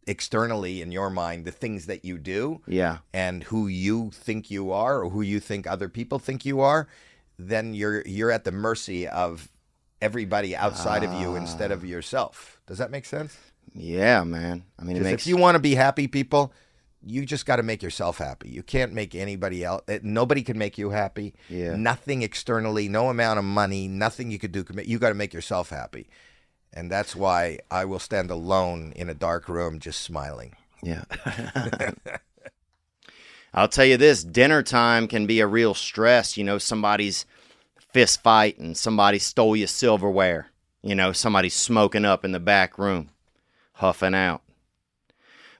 S3: externally in your mind, the things that you do,
S1: Yeah.
S3: and who you think you are or who you think other people think you are, then you're you're at the mercy of everybody outside of you instead
S1: Ah.
S3: of yourself. Does that make sense?
S1: Yeah, man. I mean, it
S3: 'Cause
S1: makes
S3: if you want to be happy people, you just got to make yourself happy. You can't make anybody else. eh, Nobody can make you happy.
S1: Yeah.
S3: Nothing externally, no amount of money, nothing you could do. can ma- You got to make yourself happy. And that's why I will stand alone in a dark room just smiling.
S1: yeah. I'll tell you this dinner time can be a real stress. You know, somebody's fist fight and somebody stole your silverware. You know, somebody's smoking up in the back room, huffing out.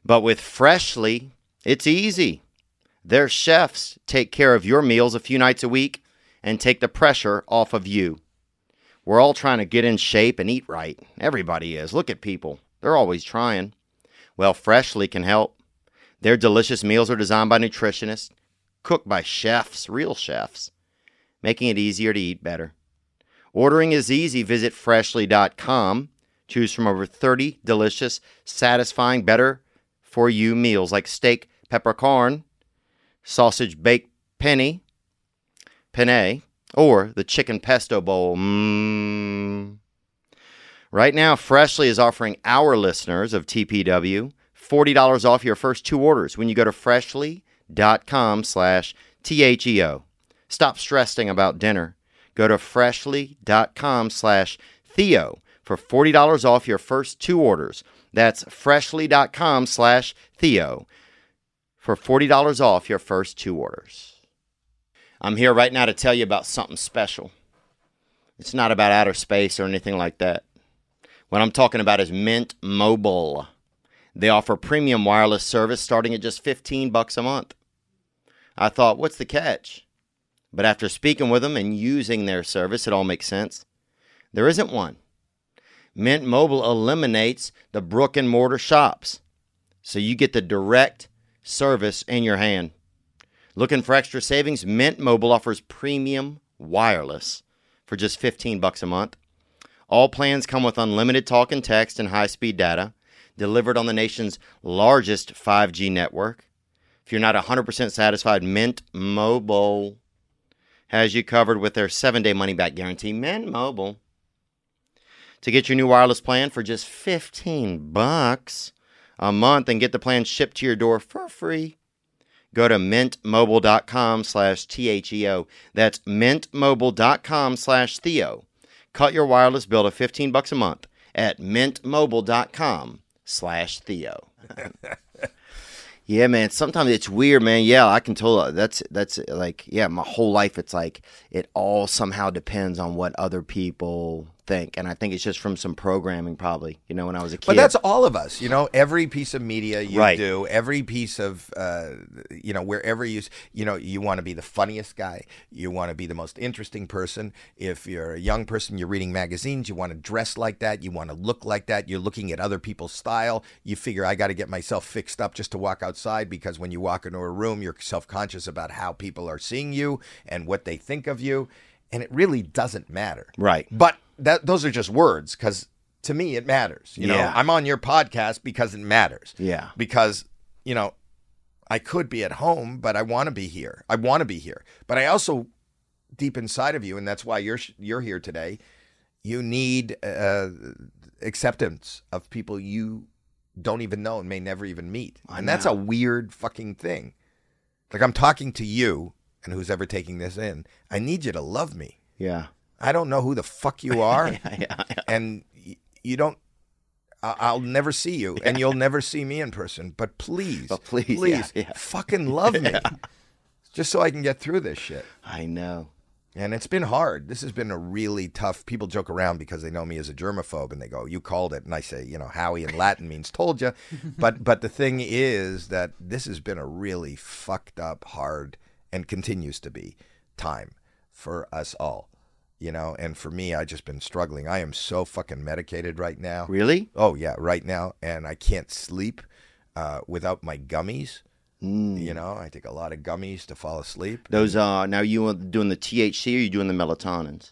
S1: But with Freshly, it's easy. Their chefs take care of your meals a few nights a week and take the pressure off of you. We're all trying to get in shape and eat right. Everybody is. Look at people, they're always trying. Well, Freshly can help. Their delicious meals are designed by nutritionists, cooked by chefs, real chefs, making it easier to eat better. Ordering is easy. Visit freshly.com. Choose from over 30 delicious, satisfying, better for you meals like steak peppercorn, sausage baked penny, penne, or the chicken pesto bowl. Mmm. Right now, Freshly is offering our listeners of TPW $40 off your first two orders when you go to freshly.com slash T-H-E-O. Stop stressing about dinner. Go to freshly.com slash Theo for $40 off your first two orders. That's freshly.com slash Theo for $40 off your first two orders. I'm here right now to tell you about something special. It's not about outer space or anything like that. What I'm talking about is Mint Mobile. They offer premium wireless service starting at just 15 bucks a month. I thought, what's the catch? But after speaking with them and using their service, it all makes sense. There isn't one. Mint Mobile eliminates the brick and mortar shops, so you get the direct service in your hand. Looking for extra savings? Mint Mobile offers premium wireless for just 15 bucks a month. All plans come with unlimited talk and text and high-speed data delivered on the nation's largest 5G network. If you're not 100% satisfied, Mint Mobile has you covered with their 7-day money-back guarantee. Mint Mobile. To get your new wireless plan for just 15 bucks a month and get the plan shipped to your door for free, go to mintmobile.com slash T-H-E-O. That's mintmobile.com slash Theo. Cut your wireless bill to 15 bucks a month at mintmobile.com slash
S3: *laughs*
S1: Theo. yeah, man. Sometimes it's weird, man. Yeah, I can totally. That's, that's like, yeah, my whole life it's like it all somehow depends on what other people think. And I think it's just from some programming probably, you know, when I was a kid.
S3: But that's all of us, you know. Every piece of media you
S1: Right.
S3: do, every piece of, uh, you know, wherever you, s- you know, you want to be the funniest guy, you want to be the most interesting person. If you're a young person, you're reading magazines, you want to dress like that, you want to look like that. You're looking at other people's style. You figure I got to get myself fixed up just to walk outside because when you walk into a room, you're self-conscious about how people are seeing you and what they think of you, and it really doesn't matter.
S1: Right.
S3: But that those are just words because to me it matters. You know,
S1: Yeah.
S3: I'm on your podcast because it matters.
S1: Yeah.
S3: Because, you know, I could be at home, but I want to be here. I want to be here. But I also deep inside of you, and that's why you're sh- you're here today. You need uh, acceptance of people you don't even know and may never even meet, and that's a weird fucking thing. Like I'm talking to you, and who's ever taking this in, I need you to love me.
S1: Yeah.
S3: I don't know who the fuck
S1: *laughs*
S3: you are, and y- you don't. I- I'll never see you, and you'll never see me in person. But please,
S1: But please, yeah,
S3: please,
S1: *laughs* yeah.
S3: fucking love me, just so I can get through this shit.
S1: I know.
S3: And it's been hard. This has been a really tough. People joke around because they know me as a germaphobe, and they go, "You called it." And I say, "You know, Howie in Latin means told you." But but the thing is that this has been a really fucked up, hard, and continues to be time for us all. You know, and for me, I just been struggling. I am so fucking medicated right now.
S1: Really?
S3: Oh yeah, right now, and I can't sleep uh, without my gummies. You know, I take a lot of gummies to fall asleep.
S1: Mm. Those are now you are doing the THC or you doing the melatonins?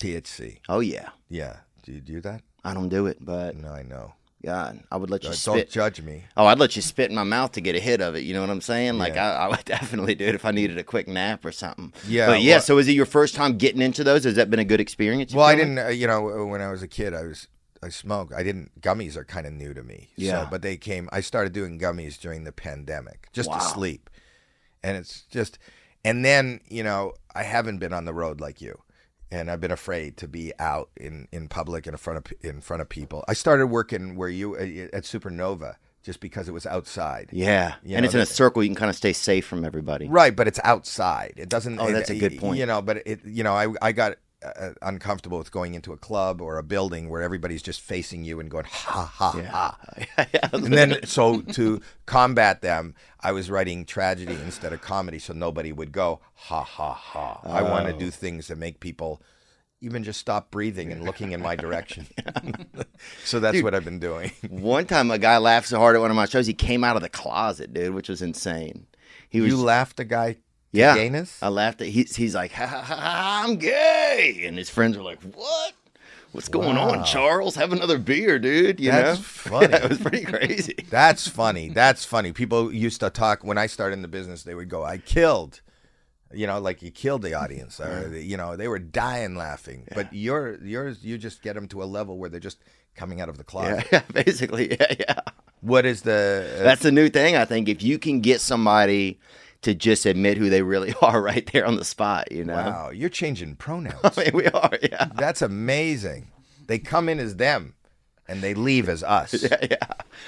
S3: THC.
S1: Oh yeah,
S3: Yeah. Mm. Do you do that?
S1: I don't do it, but
S3: No, I know.
S1: God, I would let you
S3: Uh, don't
S1: spit.
S3: judge me.
S1: oh, I'd let you spit in my mouth to get a hit of it. You know what I'm saying? Like I, I would *laughs* definitely do it if I needed a quick nap or something.
S3: Yeah,
S1: But yeah,
S3: well-
S1: so is it your first time getting into those? Has that been a good experience? you
S3: Well, I
S1: feel like?
S3: didn't. Uh, you know, uh, when I was a kid, I was I smoked. I didn't. Gummies are kind of new to me.
S1: Yeah.
S3: So, but they came. I started doing gummies during the pandemic just to sleep, and it's just. And then you know, I haven't been on the road like you, and I've been afraid to be out in in public in front of in front of people. I started working where you uh, at Supernova just because it was outside.
S1: Yeah.
S3: You
S1: and
S3: know,
S1: it's in a
S3: that-
S1: circle. You can kind of stay safe from everybody. *laughs*
S3: Right, but it's outside. It doesn't.
S1: Oh,
S3: it-
S1: that's a good point.
S3: You know, but it. You know, I I got uh, uncomfortable with going into a club or a building where everybody's just facing you and going ha ha
S1: *laughs*
S3: ha. and then so to combat them, I was writing tragedy instead of comedy, so nobody would go ha ha ha. I want to
S1: Oh.
S3: do things that make people. Even just stop breathing and looking in
S1: *laughs*
S3: my direction. so that's what I've been doing.
S1: One time, a guy laughed so hard at one of my shows, he came out of the closet, dude, which was insane. He was
S3: You laughed a guy,
S1: yeah.
S3: gayness?
S1: I laughed at. He's he's like, *laughs* ha, ha, ha, ha, I'm gay, and his friends were like, what? What's going on, Charles? Have another beer, dude. You
S3: That's
S1: know, *laughs*
S3: funny.
S1: Yeah, it was pretty crazy. *laughs*
S3: That's funny. That's funny. People used to talk when I started in the business. They would go, "I killed," you know, like you killed the audience, or you know, they were dying laughing. But you're yours, you just get them to a level where they're just coming out of the closet.
S1: yeah, yeah, basically, yeah, yeah.
S3: What is the? uh,
S1: That's the new thing, I think. If you can get somebody to just admit who they really *laughs* are right there on the spot, you know,
S3: wow, you're
S1: *laughs*
S3: changing pronouns.
S1: I mean, we are, Oh, yeah.
S3: That's amazing. They come in as them, and they leave as
S1: *laughs*
S3: us.
S1: yeah.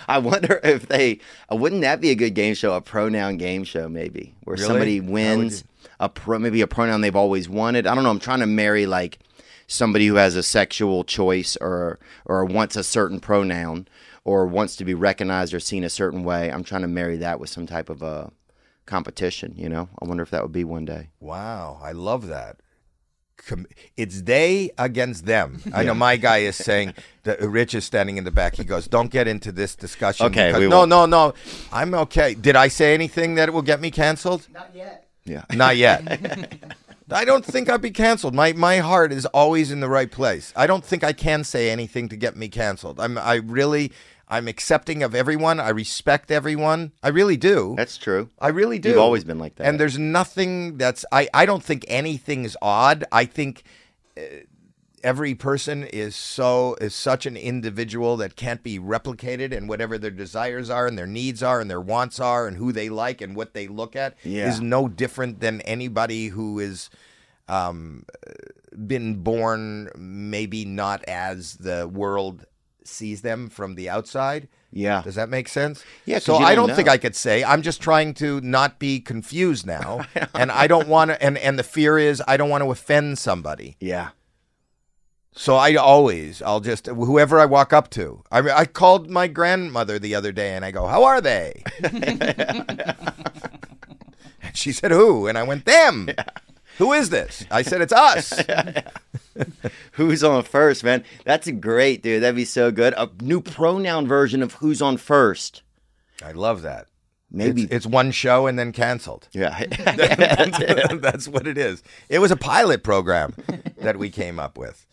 S1: I wonder if they uh, wouldn't that be a good game show, a pronoun game show maybe, where
S3: Really?
S1: somebody
S3: How would
S1: wins a pro, maybe a pronoun they've always wanted. I don't know. I'm trying to marry like somebody who has a sexual choice or or wants a certain pronoun or wants to be recognized or seen a certain way. I'm trying to marry that with some type of a competition. You know, I wonder if that would be one day.
S3: Wow, I love that. Com- it's they against them. I know my guy is saying that Rich is standing in the back. He goes, "Don't get into this discussion."
S1: Okay,
S3: because-
S1: we
S3: no,
S1: won't.
S3: no, no. I'm okay. Did I say anything that will get me canceled?
S1: Yeah.
S3: Not yet. I don't think I'd be canceled. My my heart is always in the right place. I don't think I can say anything to get me canceled. I'm I really I'm accepting of everyone. I respect everyone. I really do.
S1: That's true.
S3: I really do.
S1: You've always been like that.
S3: And there's nothing that's I I don't think anything's odd. I think uh, every person is so is such an individual that can't be replicated and whatever their desires are and their needs are and their wants are and who they like and what they look at
S1: Yeah.
S3: is no different than anybody who is um been born maybe not as the world sees them from the outside.
S1: Yeah.
S3: Does that make sense?
S1: Yeah, 'cause
S3: So
S1: you
S3: I
S1: don't
S3: don't think
S1: know.
S3: I could say. I'm just trying to not be confused now,
S1: *laughs*
S3: and I don't want to. And and the fear is I don't want to offend somebody.
S1: Yeah.
S3: So I always I'll just whoever I walk up to. I I called my grandmother the other day, and I go, "How
S1: *laughs*
S3: are they?" And she said, "Who?" And I went, "Them." Who is this? I
S1: *laughs*
S3: said, "It's us."
S1: Who's on first, man? That's great, dude. That'd be so good. A new pronoun version of who's on first.
S3: I love that.
S1: Maybe.
S3: It's, it's one show and then canceled.
S1: *laughs* yeah.
S3: *laughs*
S1: That's it.
S3: That's what it is. It was a pilot program that we came up with,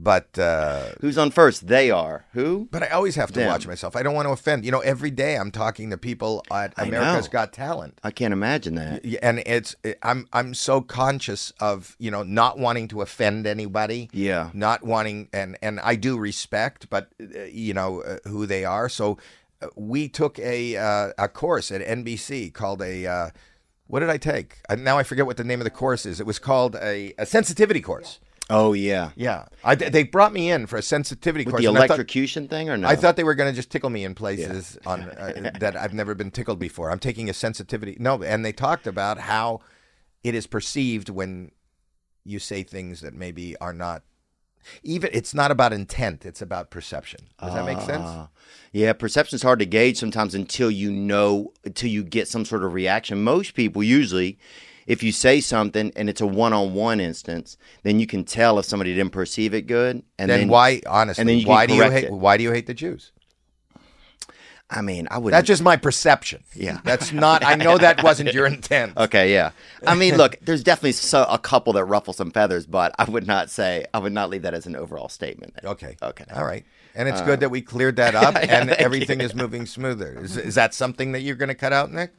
S3: but uh,
S1: Who's on first? They are. Who?
S3: but I always have to
S1: Them.
S3: watch myself. I don't want to offend. You know, every day I'm talking to people at America's
S1: know.
S3: Got Talent,
S1: I can't imagine that.
S3: Y- and it's eh, I'm I'm so conscious of you know not wanting to offend anybody.
S1: Yeah.
S3: not wanting and and I do respect, but uh, you know uh, who they are. So uh, we took a uh, a course at NBC called a. Uh, what did I take? Uh, Now I forget what the name of the course is. It was called a, a sensitivity course.
S1: Oh yeah.
S3: Yeah, I, they brought me in for a sensitivity
S1: With
S3: course.
S1: the
S3: and I thought-
S1: electrocution thing or no?
S3: I thought they were going to just tickle me in places
S1: *laughs*
S3: on uh, that I've never been tickled before. I'm taking a sensitivity. No, and they talked about how it is perceived when you say things that maybe are not even it's not about intent, it's about perception. Does that make sense?
S1: Ah. yeah, perception's hard to gauge sometimes until you know, until you get some sort of reaction. Most people usually, if you say something and it's a one-on-one instance, then you can tell if somebody didn't perceive it good. And
S3: Then,
S1: then,
S3: why honestly,
S1: and then you can
S3: why do you
S1: correct
S3: hate
S1: it.
S3: why do you hate the Jews?
S1: I mean, I would.
S3: That's just my perception.
S1: Yeah.
S3: That's not I know that
S1: *laughs*
S3: wasn't your intent.
S1: Okay, yeah. I mean, look, there's definitely so, a couple that ruffle some feathers, but I would not say I would not leave that as an overall statement.
S3: Okay.
S1: Okay. Uh,
S3: All right. And it's good that we
S1: *laughs*
S3: cleared that up and everything is moving smoother. Is, is that something that you're going to cut out, Nick?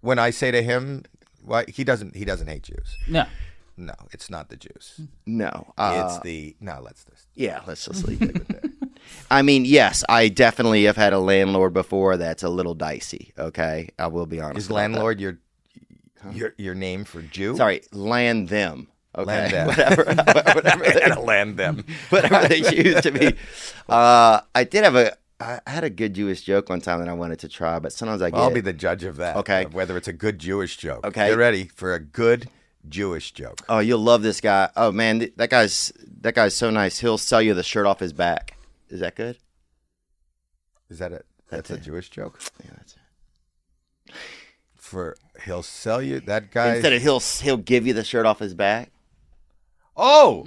S3: When I say to him, why he doesn't he doesn't hate Jews.
S4: No.
S3: No, it's not the Jews.
S1: No. Uh,
S3: it's the no, let's this.
S1: yeah. Let's just leave it.
S3: *laughs*
S1: I mean, yes, I definitely have had a landlord before that's a little dicey. Okay, I will be honest.
S3: Is
S1: about that.
S3: landlord your your your name for Jew? *laughs*
S1: Sorry, land them. Okay,
S3: Land them.
S1: whatever,
S3: *laughs*
S1: whatever, *laughs*
S3: I gotta land them. *laughs*
S1: whatever they choose to be. Uh, I did have a I I had a good Jewish joke one time that I wanted to try, but sometimes I get.
S3: I'll be the judge of that.
S1: Okay.
S3: of whether it's a good Jewish joke.
S1: Okay.
S3: Get ready for a good Jewish joke.
S1: oh, you'll love this guy. Oh man, th- that guy's that guy's so nice. He'll sell you the shirt off his back. Is that good?
S3: Is that it? That's a Jewish joke.
S1: Yeah, that's it.
S3: For he'll sell you that guy.
S1: Instead of he'll s- he'll give you the shirt off his back. *laughs*
S3: oh,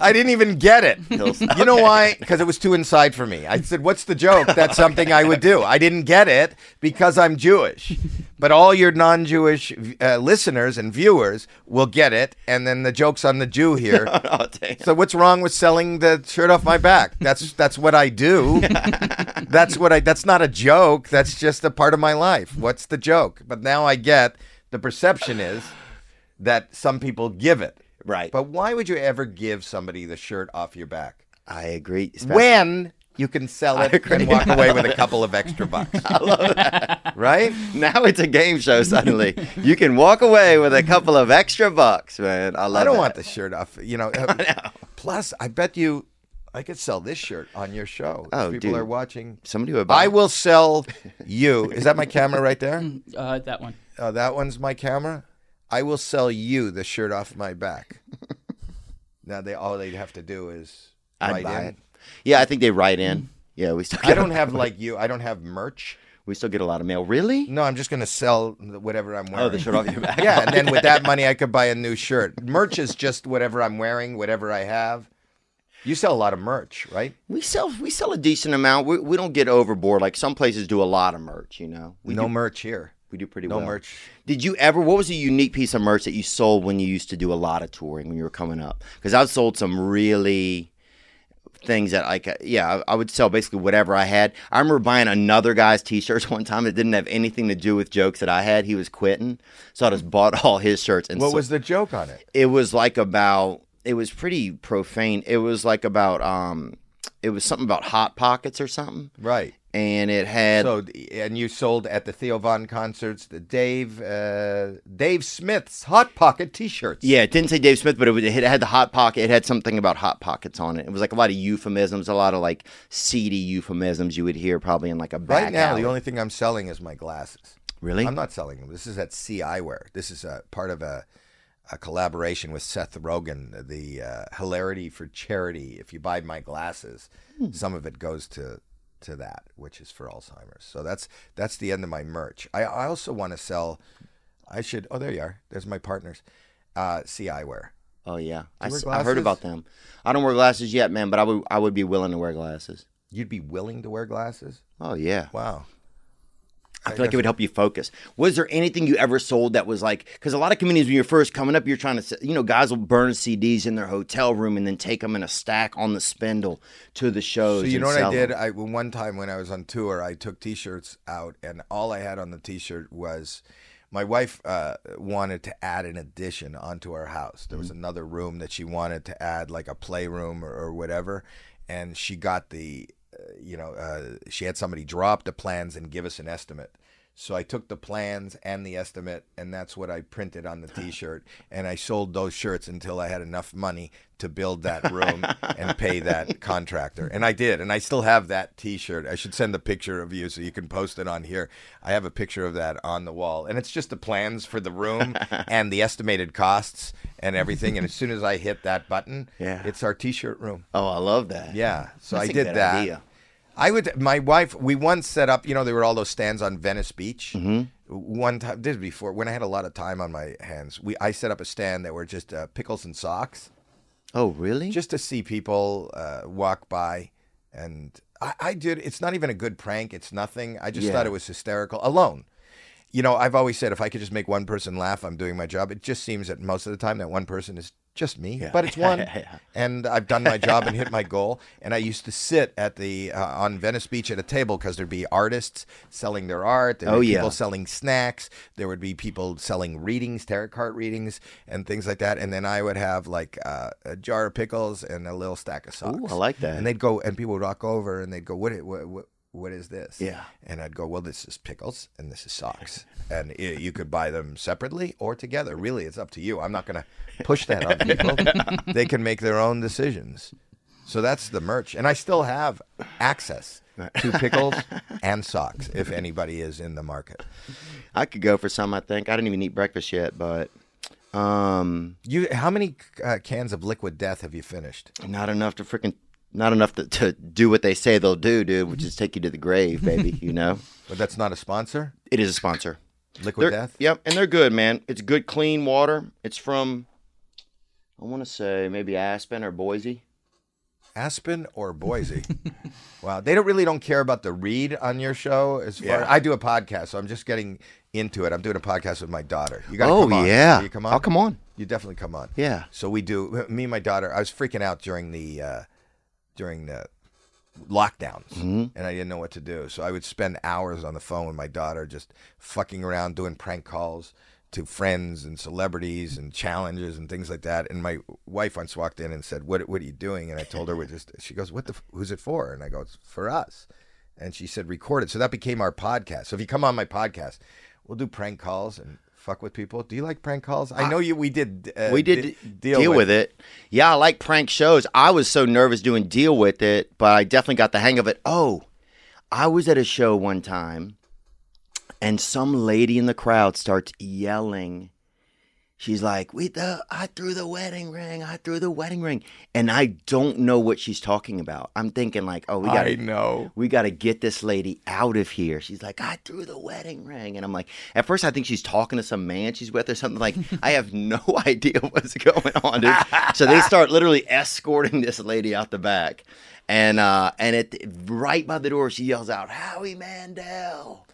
S3: I didn't even get it.
S1: He'll, s-
S3: You know why? Because it was too inside for me. I said, "What's the joke?" That's something I would do. I didn't get it because I'm Jewish. But all your non-Jewish uh, listeners and viewers will get it, and then the joke's on the Jew here.
S1: oh damn.
S3: So what's wrong with selling the shirt off my back? That's that's what I do. that's what I. That's not a joke. That's just a part of my life. What's the joke? But now I get the perception is that some people give it.
S1: Right.
S3: But why would you ever give somebody the shirt off your back
S1: I agree. It's *laughs*
S3: when you can sell it
S1: agree.
S3: and walk
S1: *laughs*
S3: away with a couple of extra bucks? I love that. Right?
S1: Now it's a game show suddenly. you can walk away with a couple of extra bucks, man. I love
S3: I don't
S1: that.
S3: want
S1: *laughs*
S3: the shirt off. You know. uh, Plus, I bet you. I could sell this shirt on your show. if
S1: Oh,
S3: people
S1: dude.
S3: are watching.
S1: Somebody would buy
S3: I
S1: *laughs*
S3: will sell you. Is that my camera right there?
S4: Uh, that one.
S3: Oh, that one's my camera. I will sell you the shirt off
S1: *laughs*
S3: my back. now they all they'd have to do is
S1: I'd
S3: write
S1: buy
S3: in.
S1: it. Yeah, I think they write in. Yeah, we still. Get
S3: Mm.
S1: *laughs*
S3: I don't have like you. I don't have merch.
S1: We still get a lot of mail. Really?
S3: No, I'm just gonna sell whatever I'm
S1: *laughs*
S3: wearing.
S1: Oh, the shirt off your back.
S3: Mm. *laughs* Yeah, and then
S1: *laughs*
S3: with that money, I could buy a new shirt. Merch is just whatever I'm wearing, whatever I have. You sell a lot of merch, right?
S1: We sell we sell a decent amount. We, we don't get overboard. Like some places do a lot of merch. You know, we
S3: no
S1: do,
S3: merch here.
S1: we do pretty
S3: No
S1: well.
S3: merch.
S1: Did you ever? What was a unique piece of merch that you sold when you used to do a lot of touring when you were coming up? Because I've sold some really things that I ca yeah I, I would sell basically whatever I had. I remember buying another guy's T-shirts *laughs* one time that didn't have anything to do with jokes that I had. He was quitting, so I just bought all his shirts. And
S3: What
S1: so-
S3: was the joke on it?
S1: it was like about it was pretty profane. It was like about um it was something about hot pockets or something.
S3: Right.
S1: And it had
S3: So, th- and you sold at the Theo Von concerts the Dave uh, Dave Smith's Hot Pocket T-shirts.
S1: yeah, it didn't say Dave Smith, but it, was, it had the hot pocket. It had something about hot pockets on it. It was like a lot of euphemisms, a lot of like seedy euphemisms you would hear probably in like a back
S3: Right now,
S1: alley.
S3: the only thing I'm selling is my glasses.
S1: really
S3: I'm not selling them. This is at CI Eyewear. This is a part of a, a collaboration with Seth Rogen, the uh, hilarity for charity. If you buy my glasses, some of it goes to to that, which is for Alzheimer's. So that's that's the end of my merch. I, I also want to sell. I should. Oh, there you are. There's my partners. Uh, CI Eyewear.
S1: oh yeah, I,
S3: you wear
S1: s- I heard
S3: glasses?
S1: about them. I don't wear glasses yet, man, but I would I would be willing to wear glasses.
S3: You'd be willing to wear glasses?
S1: Oh yeah,
S3: Wow.
S1: I feel like it would help you focus. Was there anything you ever sold that was like, because a lot of comedians, when you're first coming up, you're trying to, se- you know, guys will burn CDs in their hotel room and then take them in a stack on the spindle to the shows.
S3: So you
S1: and
S3: know what I
S1: sell 'em.
S3: did? I when one time when I was on tour, I took T-shirts out, and all I had on the T-shirt was my wife uh, wanted to add an addition onto our house. There
S1: Mm-hmm.
S3: was another room that she wanted to add, like a playroom or, or whatever, and she got the, uh, you know, uh, she had somebody drop the plans and give us an estimate. So I took the plans and the estimate, and that's what I printed on
S1: *laughs*
S3: the T-shirt. And I sold those shirts until I had enough money to build that room
S1: *laughs*
S3: and pay that contractor. And I did, and I still have that T-shirt. I should send the picture of you so you can post it on here. I have a picture of that on the wall, and it's just the plans for
S1: *laughs*
S3: the room and the estimated costs and everything. And as soon as I hit that button,
S1: Yeah.
S3: it's our T-shirt room.
S1: Oh, I love that.
S3: Yeah,
S1: That's
S3: so I
S1: a
S3: did
S1: good
S3: that.
S1: idea.
S3: I would. My wife. We once set up. You know, there were all those stands on Venice Beach. One time, this was before when I had a lot of time on my hands. We I set up a stand that were just uh, pickles and socks,
S1: Oh, really?
S3: just to see people uh, walk by, and I, I did. It's not even a good prank. It's nothing. I just
S1: Yeah.
S3: thought it was hysterical alone. You know, I've always said if I could just make one person laugh, I'm doing my job. It just seems that most of the time that one person is just me, but it's one and I've done my job and hit my goal. And I used to sit at the uh, on Venice Beach at a table because there'd be artists selling their art. There
S1: Oh,
S3: would be
S1: yeah.
S3: people selling snacks. There would be people selling readings, tarot card readings, and things like that. And then I would have like uh, a jar of pickles and a little stack of socks.
S1: Ooh, I like that.
S3: And they'd go, and people would walk over and they'd go, "What? i- What?" what what is this?
S1: Yeah.
S3: And I'd go, well, this is pickles and this is socks. *laughs* and i you could buy them separately or together. Really, it's up to you. I'm not going to push that on people. they can make their own decisions. So that's the merch. And I still have access. to pickles and socks if anybody is in the market.
S1: I could go for some. I think I didn't even eat breakfast yet, but um,
S3: You, how many uh, cans of liquid death have you finished?
S1: not enough to freaking, not enough to, to do what they say they'll do, dude. Which is take you to the grave, baby. You
S3: *laughs*
S1: know,
S3: But that's not a sponsor.
S1: it is a sponsor.
S3: Liquid
S1: They're-
S3: death.
S1: Yep, and they're good, man. It's good, clean water. It's from, I want to say maybe Aspen or Boise.
S3: Aspen or Boise. *laughs* wow, they don't really don't care about the read on your show. As far
S1: Yeah.
S3: I do a podcast, so I'm just getting into it. I'm doing a podcast with my daughter. You got
S1: Oh,
S3: come on.
S1: yeah.
S3: Will you come on.
S1: I'll come on.
S3: You definitely come on.
S1: Yeah.
S3: So we do. Me and my daughter. I was freaking out during the uh, during the lockdowns,
S1: Mm-hmm.
S3: and I didn't know what to do. So I would spend hours on the phone with my daughter, just fucking around, doing prank calls to friends and celebrities and challenges and things like that. And my wife once walked in and said, "What What are you doing?" And I told her, "We're just." She goes, "What the? f- Who's it for?" And I go, "It's for us." And she said, "Record it." So that became our podcast. So if you come on my podcast, we'll do prank calls and. Fuck with people. Do you like prank calls? I know you. We did. Uh,
S1: we did
S3: d-
S1: deal, with it. Yeah, I like prank shows. I was so nervous doing deal with it, but I definitely got the hang of it. Oh, I was at a show one time, and some lady in the crowd starts yelling. She's like, "We the I threw the wedding ring. I threw the wedding ring," and I don't know what she's talking about. I'm thinking like, "Oh, we got
S3: I know.
S1: we got to get this lady out of here. She's like, I threw the wedding ring. And I'm like, at first, I think she's talking to some man she's with or something.
S3: *laughs*
S1: Like, I have no *laughs* idea what's going on. Dude. so they start literally escorting this lady out the back. And uh, and it right by the door, she yells out, Howie Mandel.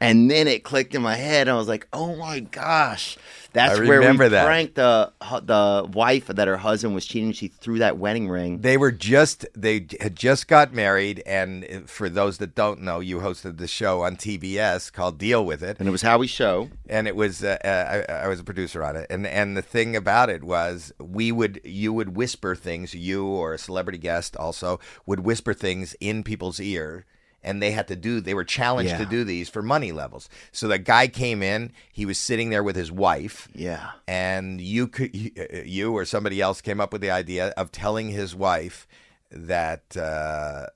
S1: And then it clicked in my head. I was like, "Oh my gosh, that's where we
S3: remember that.
S1: pranked the the wife that her husband was cheating. She threw that wedding ring.
S3: They were just they had just got married, and uh, for those that don't know, you hosted the show on TBS called "Deal with It,"
S1: and it was Howie's show.
S3: and it was uh, uh, I, I was a producer on it, and and the thing about it was we would you would whisper things, you or a celebrity guest also would whisper things in people's ear. And they had to do. They were challenged
S1: Yeah.
S3: to do these for money levels. So the guy came in. He was sitting there with his wife,
S1: Yeah,
S3: and you could you, you or somebody else came up with the idea of telling his wife that uh,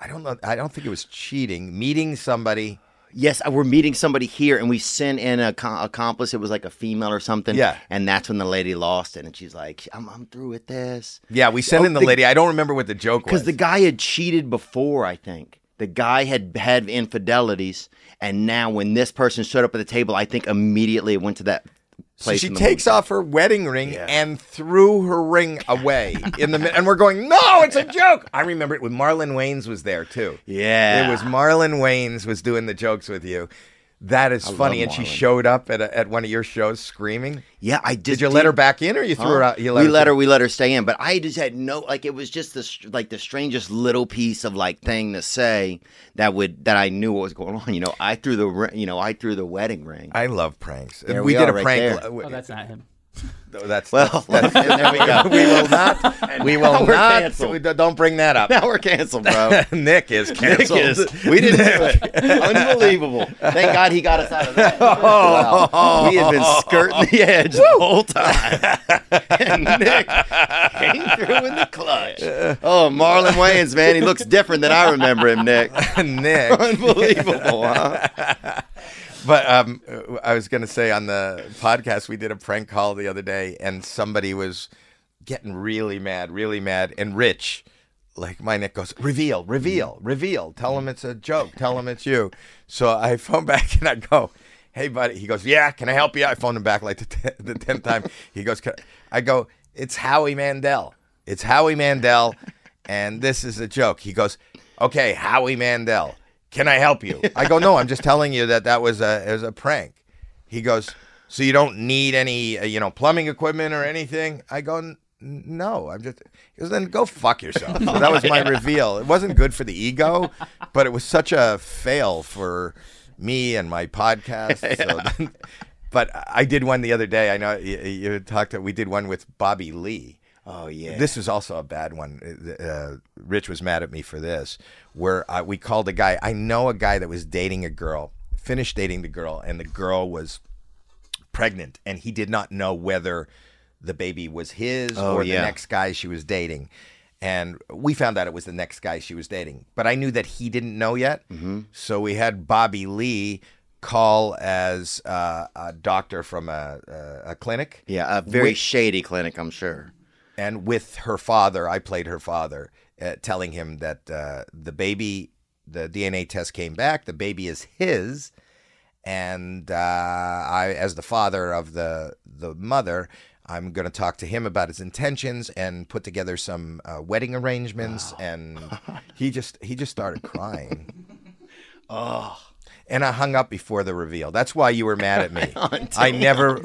S3: I don't know I don't think it was cheating meeting somebody
S1: Yes, uh, we're meeting somebody here, and we sent in a co- accomplice. It was like a female or something.
S3: Yeah.
S1: and that's when the lady lost it, and she's like, "I'm, I'm through with this."
S3: yeah we sent
S1: Oh,
S3: in the,
S1: the-
S3: lady I don't remember what the joke was
S1: Because the guy had cheated before, I think. The guy had had infidelities, and now when this person showed up at the table, I think immediately it went to that
S3: so
S1: place.
S3: she
S1: in the
S3: takes off her wedding ring and threw her ring away in the mi- and we're going no *laughs* it's a joke I remember it when Marlon Wayans was there too
S1: Yeah.
S3: it was Marlon Wayans was doing the jokes with you. That is funny,
S1: love
S3: and she
S1: Marlon.
S3: showed up at, a, at one of your shows screaming.
S1: Yeah, I just
S3: Did you let her
S1: did-
S3: back in, or you threw her out? You let
S1: we
S3: her
S1: let
S3: through?
S1: her. We let her stay in. But I just had no like. It was just the str- like the strangest little piece of like thing to say that would that I knew what was going on. You know, I threw the ri- you know I threw the wedding ring.
S3: I love pranks.
S1: There
S3: we
S1: we
S3: did
S1: are, right
S3: a prank.
S1: there.
S4: Oh, that's not him.
S3: that's *laughs*
S1: well, there *laughs* we go.
S3: we will not. We will
S1: we're
S3: not.
S1: canceled.
S3: we don't- don't bring that up.
S1: now we're canceled, bro.
S3: *laughs* Nick is canceled.
S1: Nick is- we didn't do it. *laughs* Unbelievable. Thank God he got us out of that. Wow. We have been skirting the edge the whole time. *laughs* And Nick came through in the clutch. Oh, Marlon Wayans, man. He looks different than I remember him, Nick.
S3: *laughs*
S1: *laughs*
S3: Nick.
S1: Unbelievable, huh?
S3: But um, I was going to say on the podcast we did a prank call the other day, and somebody was getting really mad, really mad, and Rich. Like my Nick goes, reveal, reveal, reveal. Tell him it's a joke. Tell him it's you. So I *laughs* phone back and I go, hey buddy. He goes, yeah. Can I help you? I phoned him back like the, t- the tenth time. He goes, "Can I-" I go, it's Howie Mandel. It's Howie Mandel, and this is a joke. He goes, okay, Howie Mandel. Can I help you? I go, no. I'm just telling you that that was a it was a prank. He goes, so you don't need any, uh, you know, plumbing equipment or anything. I go, "N- no, I'm just. He goes, then go fuck yourself. So that was my reveal. It wasn't good for the ego, but it was such a fail for me and my podcast.
S1: *laughs*
S3: So, but I did one the other day. I know you, you talked. We did one with Bobby Lee.
S1: Oh, yeah.
S3: This was also a bad one. Uh, Rich was mad at me for this, where uh, we called a guy. I know a guy that was dating a girl, finished dating the girl, and the girl was pregnant, and he did not know whether the baby was his or the
S1: Oh, yeah.
S3: next guy she was dating. And we found out it was the next guy she was dating, but I knew that he didn't know yet. So we had Bobby Lee call as uh, a doctor from a, a, a clinic.
S1: Yeah, a very shady clinic, I'm sure.
S3: and with her father, I played her father, uh, telling him that uh, the baby, the DNA test came back, the baby is his, and uh, I, as the father of the the mother, I'm going to talk to him about his intentions and put together some uh, wedding arrangements, and
S1: *laughs*
S3: he just he just started crying. oh. And I hung up before the reveal. That's why you were mad
S1: *laughs*
S3: at me. I never.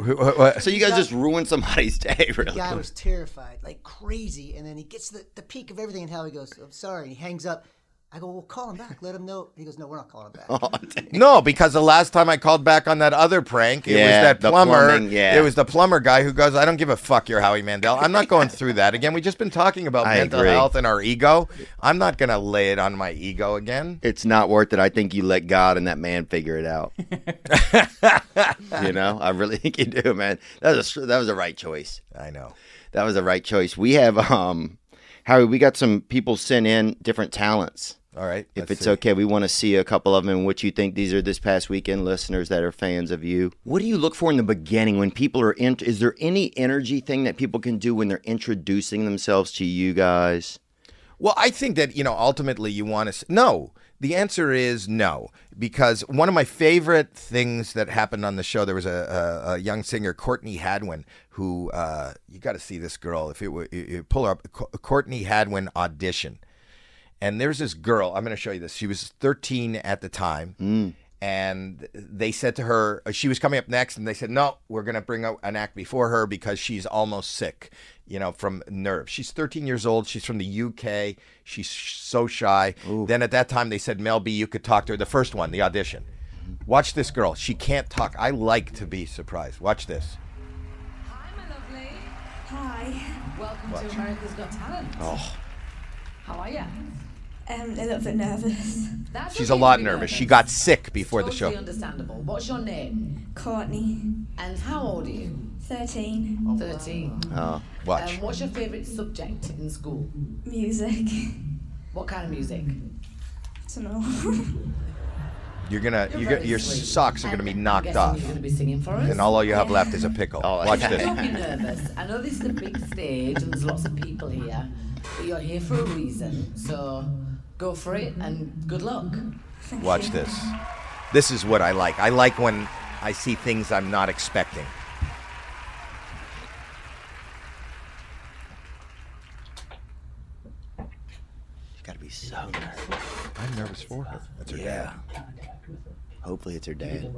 S1: So you guys just ruined somebody's *laughs* day, really.
S6: guy was terrified, like crazy. And then he gets to the, the peak of everything, and how he goes, I'm sorry. And he hangs up. I go, well, call him back. Let him know. He goes, no, we're not calling him back.
S3: No, because the last time I called back on that other prank, it
S1: Yeah,
S3: was that
S1: the
S3: plumber.
S1: plumbing, yeah.
S3: It was the plumber guy who goes, "I don't give a fuck. You're Howie Mandel. I'm not going through that again. We've just been talking
S1: *laughs*
S3: about
S1: I
S3: mental
S1: agree.
S3: health and our ego. I'm not gonna lay it on my ego again.
S1: It's not worth it. I think you let God and that man figure it out. you know, I really think you do, man. That was a, that was the right choice.
S3: I know.
S1: That was the right choice. We have um, Howie. We got some people sent in different talents.
S3: All right,
S1: If
S3: let's
S1: it's
S3: see.
S1: okay, we want to see a couple of them. What you think these are this past weekend listeners that are fans of you? What do you look for in the beginning when people are in? Is there any energy thing that people can do when they're introducing themselves to you guys?
S3: Well, I think that you know ultimately you want to. No, the answer is no because one of my favorite things that happened on the show there was a, a, a young singer Courtney Hadwin who uh, you got to see this girl if it were you- you pull her up Co- Courtney Hadwin audition, and there's this girl I'm going to show you this. She was 13 at the time. And they said to her, uh, she was coming up next, and they said, No, we're going to bring out an act before her because she's almost sick, you know, from nerves. She's 13 years old. She's from the UK. She's sh- so shy. Then at that time, they said, Mel B, you could talk to her. The first one, the audition. Watch this girl. She can't talk. I like to be surprised. Watch this.
S7: Hi, my lovely. Hi. Welcome to America's Got Talent. Oh. How are you?
S8: Um, a little bit nervous.
S7: That's
S3: She's a
S7: okay to
S3: lot
S7: be
S3: nervous. She
S7: nervous.
S3: got sick before the
S7: totally
S3: show.
S7: understandable. What's your name?
S8: Courtney,
S7: And how old are you?
S8: 13,
S7: 13.
S1: Oh,
S3: Watch.
S7: And what's your favourite subject in school?
S8: music. *laughs*
S7: What kind of music?
S8: don't know. *laughs*
S3: You're gonna, you're
S7: very
S3: gonna your
S7: sweet.
S3: socks are
S7: And
S3: gonna be
S7: I'm
S3: knocked
S7: guessing
S3: off.
S7: You're going to be singing for us.
S3: And all you have left is a pickle.
S1: Oh,
S3: Watch
S1: yeah.
S3: this.
S7: Don't be nervous. I know this is a big stage and there's lots of people here, but you're here for a reason. So go for it and good luck.
S3: Watch this. This is what I like. I like when I see things I'm not expecting.
S1: She's got to be so nervous.
S3: I'm nervous for her. That's her
S1: Yeah. Hopefully, it's her dad.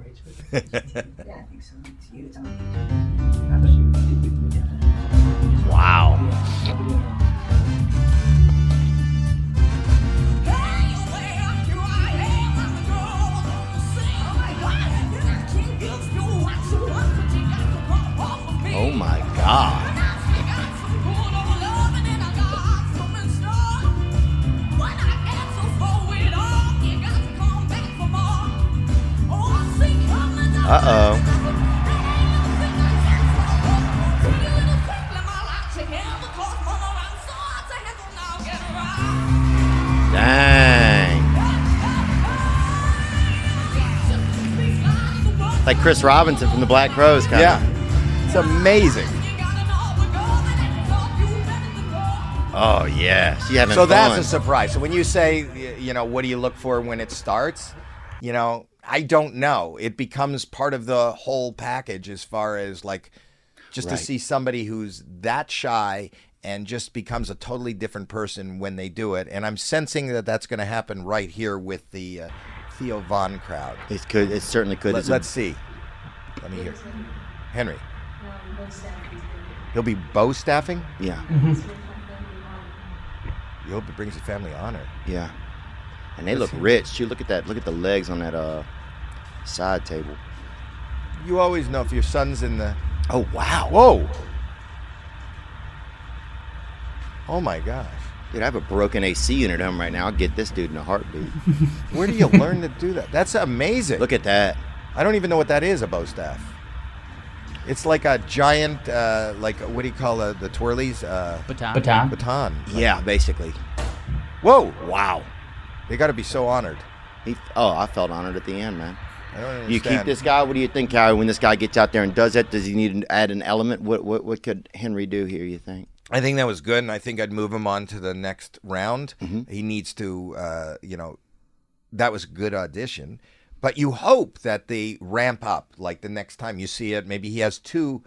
S1: wow. Oh my God.
S2: Uh
S1: Uh-oh.
S2: oh.
S1: Dang. Like Chris Robinson from the Black Crows, kind
S3: Yeah.
S1: of.
S3: It's amazing.
S1: Oh yeah. She having
S3: So
S1: fun.
S3: that's a surprise. So when you say, y- you know, what do you look for when it starts? You know, I don't know. It becomes part of the whole package as far as like just
S1: Right.
S3: to see somebody who's that shy and just becomes a totally different person when they do it. And I'm sensing that that's going to happen right here with the uh, Theo Vaughn crowd.
S1: It could. It certainly could.
S3: Let,
S1: It's a-
S3: us see. Let me hear. Henry. He'll be bow staffing.
S1: yeah.
S3: You hope it brings the family honor.
S1: Yeah. And they look rich too. Look at that. Look at the legs on that uh side table.
S3: You always know if your son's in the.
S1: Oh wow.
S3: Whoa! Oh my gosh.
S1: Dude, I have a broken AC unit at home right now. I'll get this dude in a
S3: *laughs*
S1: heartbeat. *laughs*
S3: Where do you learn to do that? That's amazing.
S1: Look at that.
S3: I don't even know what that is, a bow staff. It's like a giant, uh, like what do you call uh, the twirlies? Uh,
S4: Baton.
S9: Baton.
S3: baton.
S1: Yeah, basically.
S3: Whoa!
S1: Wow.
S3: They got to be so honored.
S1: He, oh, I felt honored at the end, man.
S3: I don't understand.
S1: You keep this guy. What do you think, Carrie? When this guy gets out there and does that, does he need to add an element? What what what could Henry do here? You think?
S3: I think that was good, and I think I'd move him on to the next round.
S1: Mm-hmm.
S3: He needs to, uh, you know, that was a good audition, but you hope that they ramp up. Like the next time you see it, maybe he has two.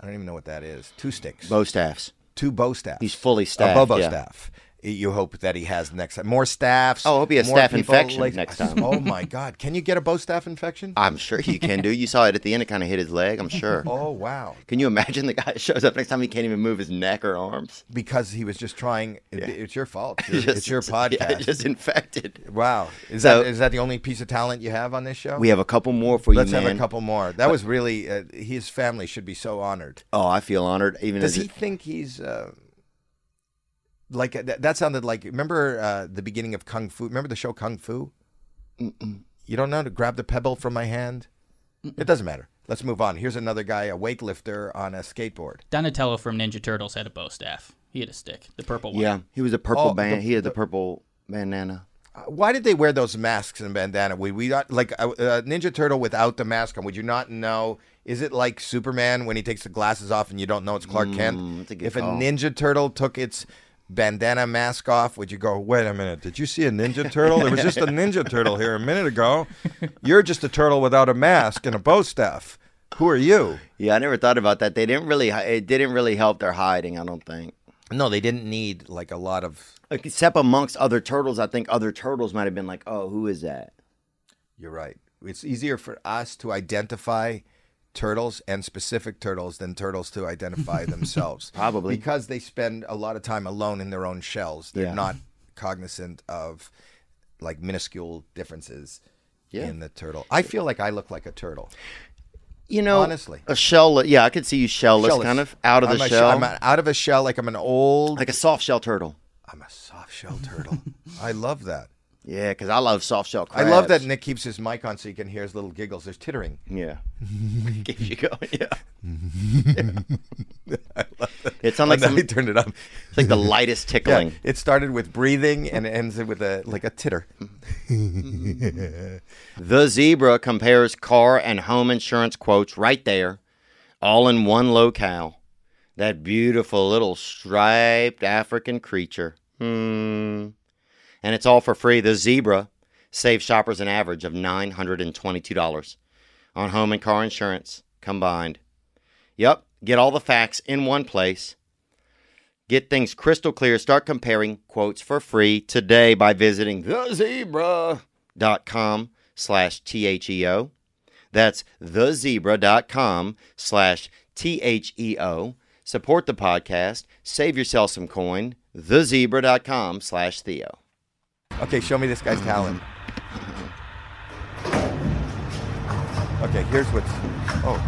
S3: I don't even know what that is. Two sticks.
S1: Bow staffs.
S3: two bow staffs.
S1: He's fully
S3: A
S1: staffed,
S3: bobo
S1: yeah.
S3: staff. You hope that he has next time more staffs.
S1: Oh, it'll be a
S3: more
S1: staff
S3: people,
S1: infection next time.
S3: oh my God! Can you get a bow
S1: *laughs*
S3: staff infection?
S1: I'm sure you can do. You saw it at the end. It kind of hit his leg. I'm sure.
S3: *laughs* oh wow!
S1: Can you imagine the guy *laughs* shows up next time? He can't even move his neck or arms.
S3: Because he was just trying. it- It's your
S1: *laughs*
S3: fault. It's your,
S1: Just-
S3: it's your
S1: Yeah,
S3: podcast.
S1: just infected.
S3: Wow, is
S1: So-
S3: that is that the only piece of talent you have on this show?
S1: We have a couple more for
S3: Let's
S1: you, man.
S3: have a couple more. That was really uh, his family should be so honored.
S1: Oh, I feel honored. Even
S3: Does
S1: as
S3: he
S1: it-
S3: think he's uh, like uh, that? That sounded like remember uh, the beginning of Kung Fu. Remember the show Kung Fu? You don't know how to grab the pebble from my hand. It doesn't matter. Let's move on. Here's another guy, a weightlifter on a skateboard.
S4: Donatello from Ninja Turtles had a bow staff. He had a stick, the purple one.
S1: yeah, he was a purple
S3: Oh,
S1: band.
S3: the-
S1: he had the purple bandana.
S3: Uh, Why did they wear those masks and bandana? Would we not, like a uh, uh, Ninja Turtle without the mask on? Would you not know? Is it like Superman when he takes the glasses off and you don't know it's Clark Kent?
S1: that's a good
S3: if
S1: call.
S3: Mm, a Ninja Turtle took its bandana mask off, would you go? Wait a minute! Did you see a Ninja Turtle? There was *laughs* just a Ninja Turtle here a minute ago. You're just a turtle without a mask and a bow staff. Who are you?
S1: Yeah, I never thought about that. They didn't really. hi- It didn't really help their hiding. I don't think.
S3: No, they didn't need like a lot of.
S1: Except amongst other turtles, I think other turtles might have been like, "Oh, who is that?"
S3: You're right. It's easier for us to identify turtles and specific turtles than turtles
S1: *laughs*
S3: to identify themselves.
S1: Probably.
S3: Because they spend a lot of time alone in their own shells. They're
S1: Yeah.
S3: not cognizant of like minuscule differences
S1: Yeah.
S3: in the turtle. I feel like I look like a turtle.
S1: You know,
S3: Honestly.
S1: a shell. Yeah, I could see you shellless,
S3: Shell is-
S1: kind of out of
S3: I'm
S1: the
S3: a sh-
S1: shell,
S3: I'm a- out of a shell like I'm an old
S1: like a soft shell turtle.
S3: I'm a soft shell
S1: *laughs*
S3: turtle. I love that.
S1: Yeah, because I love soft shell. Crabs.
S3: I love that Nick keeps his mic on so you can hear his little giggles. There's tittering.
S1: Yeah, *laughs* keeps you going.
S3: *laughs*
S1: Yeah, it's unlike
S3: and then
S1: some,
S3: *laughs* he turned it up.
S1: it's like the lightest tickling.
S3: *laughs* Yeah, it started with breathing and it ends with a like a titter.
S1: The Zebra compares car and home insurance quotes right there, all in one locale. That beautiful little striped African creature. Hmm. And it's all for free. The Zebra saves shoppers an average of $922 on home and car insurance combined. Yep, get all the facts in one place. Get things crystal clear. Start comparing quotes for free today by visiting thezebra.com slash T-H-E-O. That's thezebra.com slash T-H-E-O. Support the podcast. Save yourself some coin. Thezebra.com slash Theo.
S3: Okay, show me this guy's talent. Okay, here's what's oh.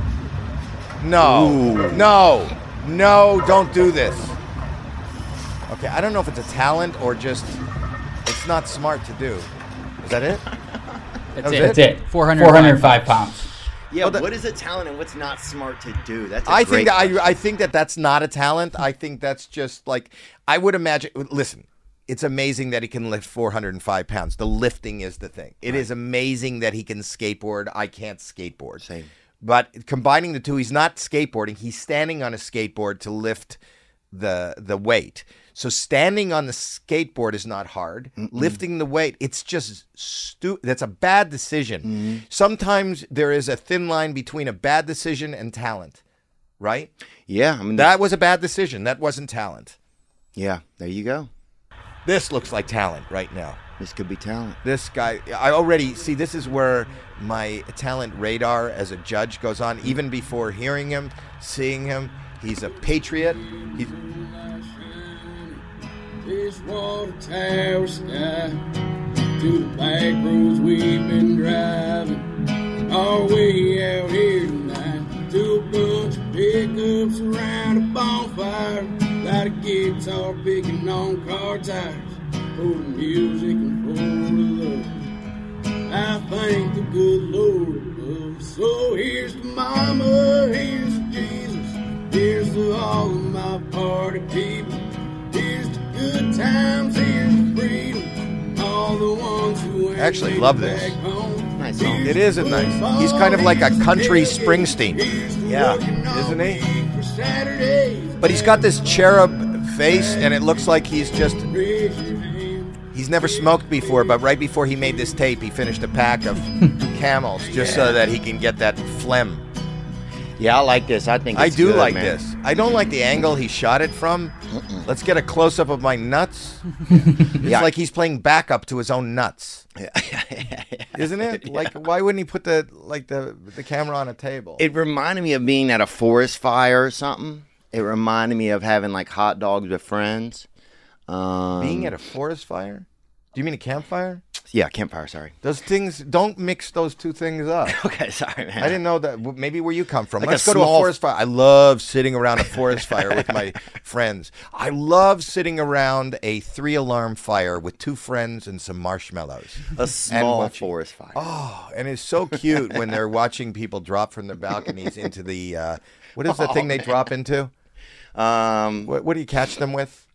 S3: No. No. No, don't do this. Okay, I don't know if it's a talent or just it's not smart to do. Is that it?
S4: That's,
S3: was
S4: it.
S9: That's it.
S4: 400
S9: 405 pounds.
S1: Yeah, what is a talent and what's not smart to do? That's a
S3: I
S1: great
S3: think that
S1: question.
S3: I, I think that that's not a talent. I think that's just like I would imagine. Listen, it's amazing that he can lift 405 pounds. The lifting is the thing. It is amazing that he can skateboard. I can't skateboard.
S1: Same.
S3: But combining the two, he's not skateboarding. He's standing on a skateboard to lift the the weight. So standing on the skateboard is not hard. Lifting the weight, it's just stu- that's a bad decision.
S1: Mm-hmm.
S3: Sometimes there is a thin line between a bad decision and talent, right?
S1: Yeah, I mean
S3: That was a bad decision. That wasn't talent.
S1: Yeah, there you go.
S3: This looks like talent right now.
S1: This could be talent.
S3: This guy, I already see. This is where my talent radar as a judge goes on. Even before hearing him, seeing him, he's a patriot. He's,
S10: This water tower sky to the back roads we've been driving. All way out here tonight to a bunch of pickups around a bonfire. Lot of guitar picking on car tires for the music and for the love. I thank the good Lord above. So here's to mama, here's to
S3: actually love this.
S1: Nice song.
S3: It is a nice. He's kind of like a country Springsteen,
S9: Yeah.
S3: isn't he? But he's got this cherub face, and it looks like he's just. He's never smoked before, but right before he made this tape, he finished a
S1: *laughs*
S3: pack of camels just so that he can get that phlegm.
S1: Yeah, I like this. I think
S3: I
S1: it's
S3: do
S1: good,
S3: like
S1: man.
S3: this. I don't like the angle he shot it from. Let's get a close up of
S1: *laughs*
S3: my nuts. it's
S1: Yeah.
S3: like he's playing backup to his own nuts,
S1: *laughs*
S3: isn't it? Like, why wouldn't he put the like the the camera on a table?
S1: It reminded me of being at a forest fire or something. It reminded me of having like hot dogs with friends. Um,
S3: Being at a forest fire? Do you mean a campfire?
S1: yeah campfire. Sorry. *laughs*
S3: Those things don't mix those two things up.
S1: Okay, sorry, man.
S3: I didn't know that. w- Maybe where you come from.
S1: Like a
S3: Let's go to a
S1: small-
S3: forest fire. I love sitting around
S1: *laughs*
S3: a forest fire with my friends. I love sitting around a three alarm fire with two friends and some marshmallows.
S1: *laughs* a small
S3: watching.
S1: forest fire.
S3: Oh, and it's so cute when they're watching people drop from their balconies into the uh, what is the thing
S1: Oh.
S3: they drop into?
S1: Um,
S3: What, what do you catch them with?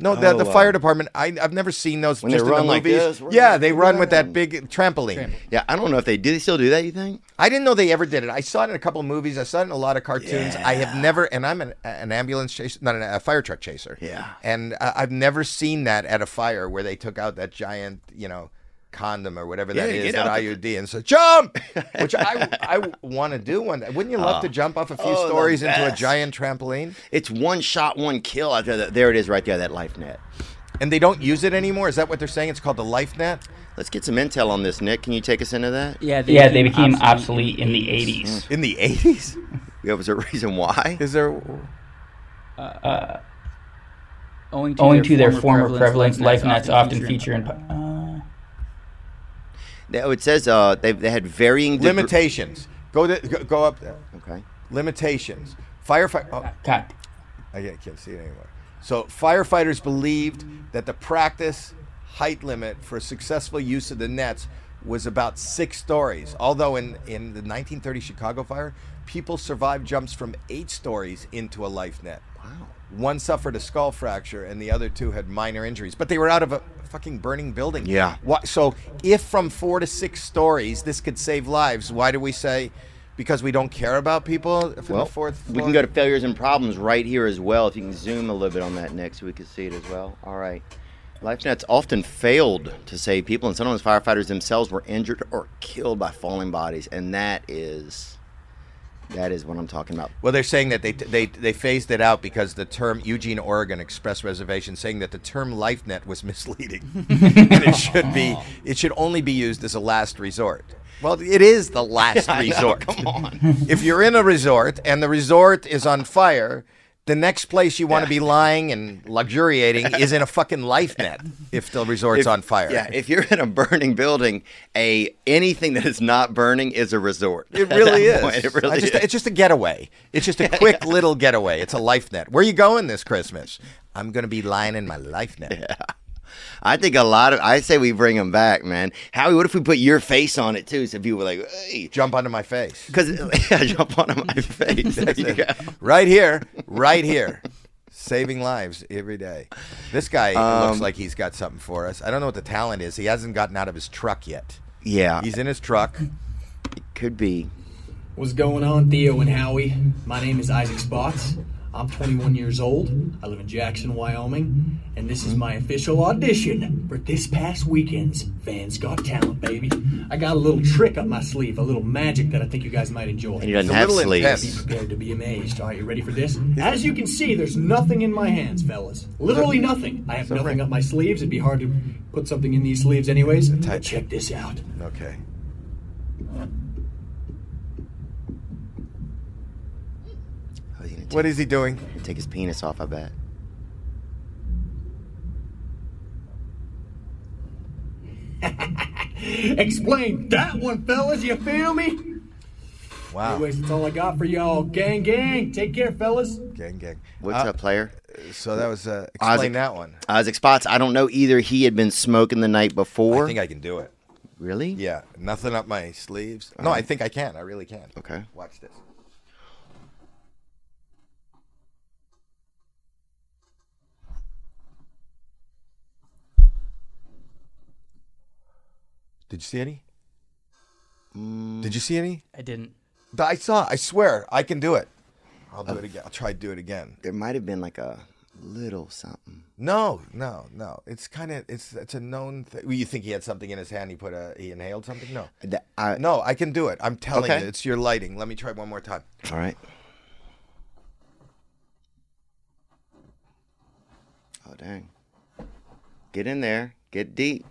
S3: No, the, the
S1: Oh, uh,
S3: fire department. I, I've never seen those
S1: When they
S3: just in
S1: run
S3: the
S1: like
S3: movies.
S1: this, we're
S3: yeah,
S1: gonna
S3: they
S1: do
S3: run with
S1: that.
S3: that big trampoline.
S1: yeah, I don't know if they do. They still do that. You think?
S3: I didn't know they ever did it. I saw it in a couple of movies. I saw it in a lot of cartoons. I have never, and I'm an, an ambulance chaser, not an, a fire truck chaser.
S1: Yeah.
S3: And uh, I've never seen that at a fire where they took out that giant, you know, condom or whatever that
S1: Yeah,
S3: is,
S1: get
S3: that
S1: out the-
S3: IUD, and
S1: *laughs*
S3: so jump, which I, I want to do one day. Wouldn't you love to jump off a few
S1: oh, the
S3: stories into a
S1: best.
S3: giant trampoline?
S1: It's one shot, one kill. After that, there it is, right there. That life net.
S3: And they don't use it anymore. Is that what they're saying? It's called the life net.
S1: Let's get some intel on this, Nick. Can you take us into that?
S4: Yeah, they
S9: Yeah, they
S4: became,
S9: became
S4: obsolete, in the 80s.
S3: In the eighties,
S1: Yeah, was there a *laughs* reason why?
S3: is there?
S4: Owing to,
S9: Owing to their former prevalence, life nets often feature in. Uh,
S1: No, it says uh, they they had varying degre-
S3: Limitations. Go to go, go up there.
S1: Okay.
S3: Limitations. Firefight. Oh.
S9: God.
S3: I can't- can't see it anymore. So firefighters believed that the practice height limit for successful use of the nets was about six stories. Although in, in the 1930 Chicago fire, people survived jumps from eight stories into a life net. Wow. One suffered a skull fracture and the other two had minor injuries, but they were out of a fucking burning building.
S1: Yeah.
S3: Why, so if from four to six stories this could save lives, why do we say because we don't care about people from
S1: Well,
S3: the fourth
S1: we can
S3: floor?
S1: go to failures and problems right here as well. If you can zoom a little bit on that next, we can see it as well. All right. Life nets often failed to save people, and sometimes firefighters themselves were injured or killed by falling bodies, and that is that is what I'm talking
S3: *laughs*
S1: about.
S3: Well, they're saying that they they they phased it out because the term Eugene, Oregon Express Reservation, saying that the term life net was *laughs* misleading, and it should be it should only be used as a last resort. Well, it is *laughs* the last resort.
S1: *laughs*
S3: Come on, if you're in a resort and the resort is on fire. The next place you want to be lying and luxuriating is in a fucking life net if the resort's on fire.
S1: Yeah, if you're in a burning building, a anything that is not burning is a resort.
S3: It
S1: *laughs*
S3: really
S1: At that
S3: is.
S1: point, it really
S3: I just,
S1: is.
S3: It's just a getaway.
S1: *laughs*
S3: It's just a quick little getaway. It's a life net. Where you going this Christmas? I'm going to be lying in my life net.
S1: I think a lot of I say we bring them back, man. Howie, what if we put your face on it too? So people were like, "Hey,
S3: Jump onto my face.
S1: because *laughs* yeah, jump onto
S3: *laughs*
S1: my face." There you go.
S3: Right here.
S1: *laughs*
S3: Right here. Saving lives every day. This guy
S1: Um,
S3: looks like he's got something for us. I don't know what the talent is. He hasn't gotten out of his truck yet.
S1: Yeah,
S3: He's in his truck.
S1: could be.
S11: What's going on, Theo and Howie? My name is Isaac Spots. I'm 21 years old. I live in Jackson, Wyoming, and this is my official audition for this past weekend's Fans Got Talent, baby. I got a little trick up my sleeve, a little magic that I think you guys might enjoy.
S1: And he
S3: He's
S1: doesn't
S3: a
S1: have
S3: little
S1: sleeves.
S11: Be
S3: intense.
S11: prepared to be amazed. Are you ready for this? As you can see, there's nothing in my hands, fellas. Literally nothing. I have nothing up my sleeves. It'd be hard to put something in these sleeves, anyways. But check this out.
S3: Okay.
S1: Oh, he's gonna take,
S3: What is he doing?
S1: take his penis off? I bet.
S11: Explain that one, fellas. You feel me?
S3: Wow.
S11: Anyways, that's all I got for y'all. Gang, gang. Take care, fellas.
S3: Gang, gang.
S1: What's
S3: Uh,
S1: up, player?
S3: So that was, uh, explain
S1: Isaac-
S3: that one.
S1: Isaac Spots. I don't know either. He had been smoking the night before.
S3: I think I can do it.
S1: really?
S3: Yeah, nothing up my sleeves. No, I think I can. I really can.
S1: Uh-huh. Okay.
S3: Watch this. Did you see any?
S1: Mm.
S3: Did you see any?
S4: I didn't.
S3: Th- I saw. I swear, I can do it. I'll
S1: Uh,
S3: do it again. I'll try to do it again.
S1: There might have been like a little something.
S3: No, no, no. It's kind of it's it's a known thing. Well, you think he had something in his hand? He put a he inhaled something? No,
S1: That I-
S3: no. I can do it. I'm telling
S1: Okay.
S3: you, it's your lighting. Let me try one more time.
S1: All right. Oh dang. Get in there. Get deep.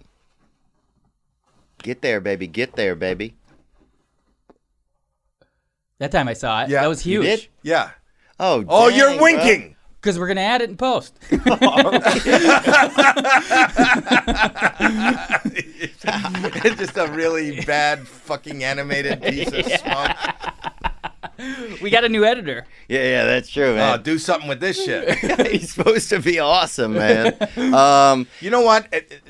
S1: Get there, baby. Get there, baby.
S4: That time I saw it.
S3: Yeah,
S4: that was
S1: you did?
S4: huge.
S3: Yeah.
S1: Oh.
S3: Oh, you're
S1: dang, bro.
S3: winking.
S4: Because we're gonna add it in post.
S3: *laughs* it's just a really bad
S1: *laughs*
S3: fucking animated piece of smunk.
S4: we got a new editor.
S1: Yeah, yeah, that's true,
S3: Oh,
S1: man.
S3: do something with this shit.
S1: *laughs* He's supposed to be awesome, man.
S3: *laughs*
S1: Um, *laughs*
S3: You know what? It- it-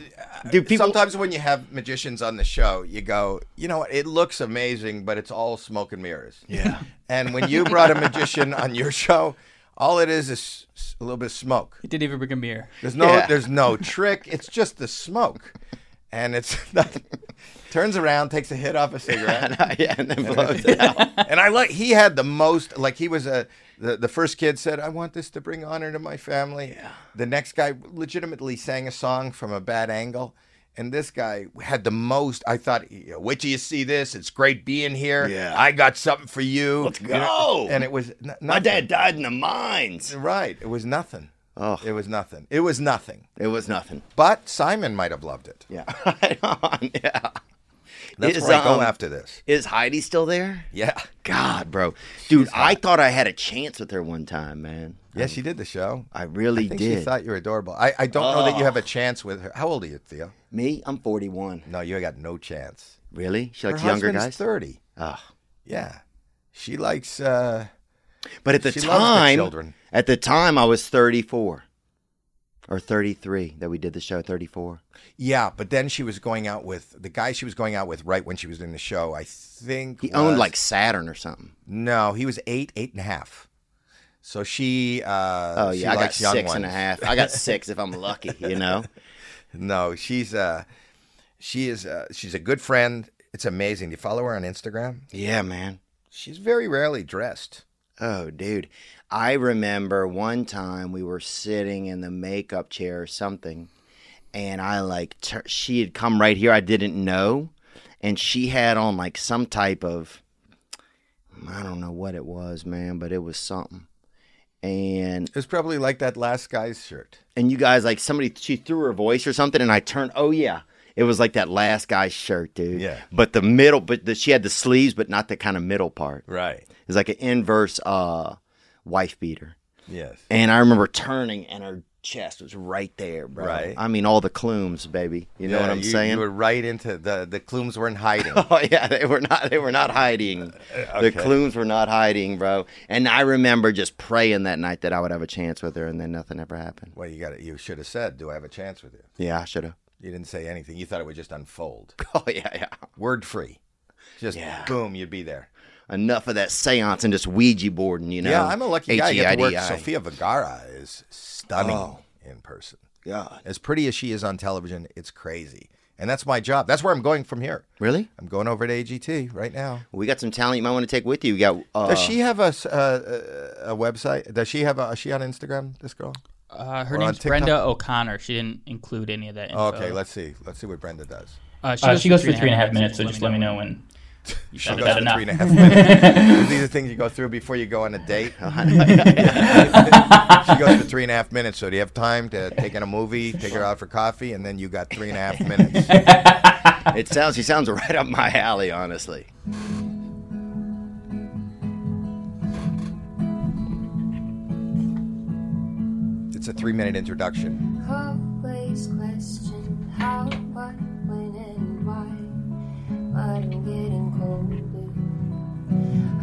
S1: do people?
S3: Sometimes when you have magicians on the show, you go, you know what? It looks amazing, but it's all smoke and mirrors.
S1: Yeah.
S3: And when you brought a magician on your show, all it is is s- a little bit of smoke.
S4: It didn't even bring a mirror.
S3: There's no
S1: Yeah.
S3: there's
S1: *laughs*
S3: no trick. It's just the smoke. And it's *laughs* turns around, takes a hit off
S1: *laughs*
S3: a cigarette.
S1: yeah, and then blows
S3: *laughs*
S1: it out.
S3: And I like he had the most like he was a the, the first kid said, I want this to bring honor to my family. Yeah. The next guy legitimately sang a song from a bad angle. And this guy had the most. I thought, you know, wait till you see this. It's great being here.
S1: Yeah.
S3: I got something for you.
S1: Let's
S3: You
S1: go.
S3: know, And it was n-
S1: My
S3: nothing.
S1: dad died in the mines.
S3: Right. It was nothing.
S1: Oh,
S3: It was nothing. It was nothing.
S1: it was nothing.
S3: But Simon might have loved it.
S1: Yeah. *laughs* right on. Yeah.
S3: That's
S1: Is,
S3: where I go
S1: um,
S3: after this.
S1: Is Heidi still there?
S3: Yeah.
S1: God, bro. Dude, I thought I had a chance with her one time, man.
S3: Yeah, she did the show.
S1: I really
S3: I think
S1: did. Oh.
S3: she thought you were adorable. I, I don't know that you have a chance with her. How old are you, Theo?
S1: Me, I'm 41.
S3: No, you got no chance.
S1: Really? She likes
S3: her
S1: younger
S3: husband's
S1: guys?
S3: thirty.
S1: Ugh.
S3: Yeah, she likes. uh
S1: But at the
S3: She loves the
S1: time,
S3: children.
S1: at the time, I was 34 or 33 that we did the show. 34.
S3: Yeah, but then she was going out with the guy she was going out with right when she was doing the show. I think
S1: He owned
S3: was-
S1: like Saturn or something.
S3: no, he was eight, eight and a half. So she. uh
S1: Oh
S3: she
S1: yeah, I got
S3: likes young
S1: six and a
S3: ones.
S1: half. I got six if I'm lucky,
S3: *laughs*
S1: you know.
S3: No, she's uh she is uh, she's a good friend. It's amazing. Do you follow her on Instagram?
S1: Yeah, man.
S3: She's very rarely dressed.
S1: Oh, dude. I remember one time we were sitting in the makeup chair or something, and I like, tur she had come right here. I didn't know. And she had on like some type of, I don't know what it was, man, but it was something. And
S3: It was probably like that last guy's shirt.
S1: and you guys like somebody she threw her voice or something and i turned oh yeah it was like that last guy's shirt dude
S3: Yeah.
S1: but the middle but the, she had the sleeves but not the kind of middle part
S3: Right.
S1: it was like an inverse uh wife beater
S3: Yes.
S1: and i remember turning and her chest was right there bro
S3: Right.
S1: i mean all the clumes baby you know
S3: Yeah,
S1: what i'm
S3: you-
S1: saying
S3: You were right into the the clumes weren't hiding.
S1: *laughs* Oh yeah, they were not. They were not
S3: Uh,
S1: hiding. The clues were not hiding, bro. And I remember just praying that night that I would have a chance with her, and then nothing ever happened.
S3: well, you got to You should have said, "Do I have a chance with you?"
S1: Yeah, I should have.
S3: You didn't say anything. You thought it would just unfold,
S1: *laughs* Oh yeah, yeah.
S3: word free. Just
S1: Yeah.
S3: boom, you'd be there.
S1: enough of that seance and just Ouija boarding, you know?
S3: yeah, I'm a lucky guy. I get to work.
S1: H E I Oh. D I.
S3: Sofia Vergara is stunning in person.
S1: God.
S3: As pretty as she is on television, it's crazy. And that's my job. That's where I'm going from here.
S1: Really?
S3: I'm going over to AGT right now.
S1: We got some talent you might want to take with you. You got uh,
S3: Does she have a, s- uh, a, a website? Does she have a, is she on Instagram, this girl?
S4: Uh, her
S3: Or on
S4: name's
S3: TikTok? Oh,
S4: Brenda O'Connor. She didn't include any of that. Info.
S3: okay, let's see. Let's see what Brenda does.
S4: Uh, she,
S9: Uh, she goes for three and a half
S4: minutes.
S9: minutes, so just let me know when.
S3: She
S9: That's
S3: goes
S9: about
S3: for
S9: enough.
S3: three and a half minutes. These are things you go through before you go on a *laughs* date. she goes for three and a half minutes. So do you have time to take in a movie, take her out for coffee, and then you got three and a half minutes?
S1: it sounds she sounds right up my alley, honestly.
S3: It's a three minute introduction.
S8: Always question how, what, when, and why. But I'm getting colder.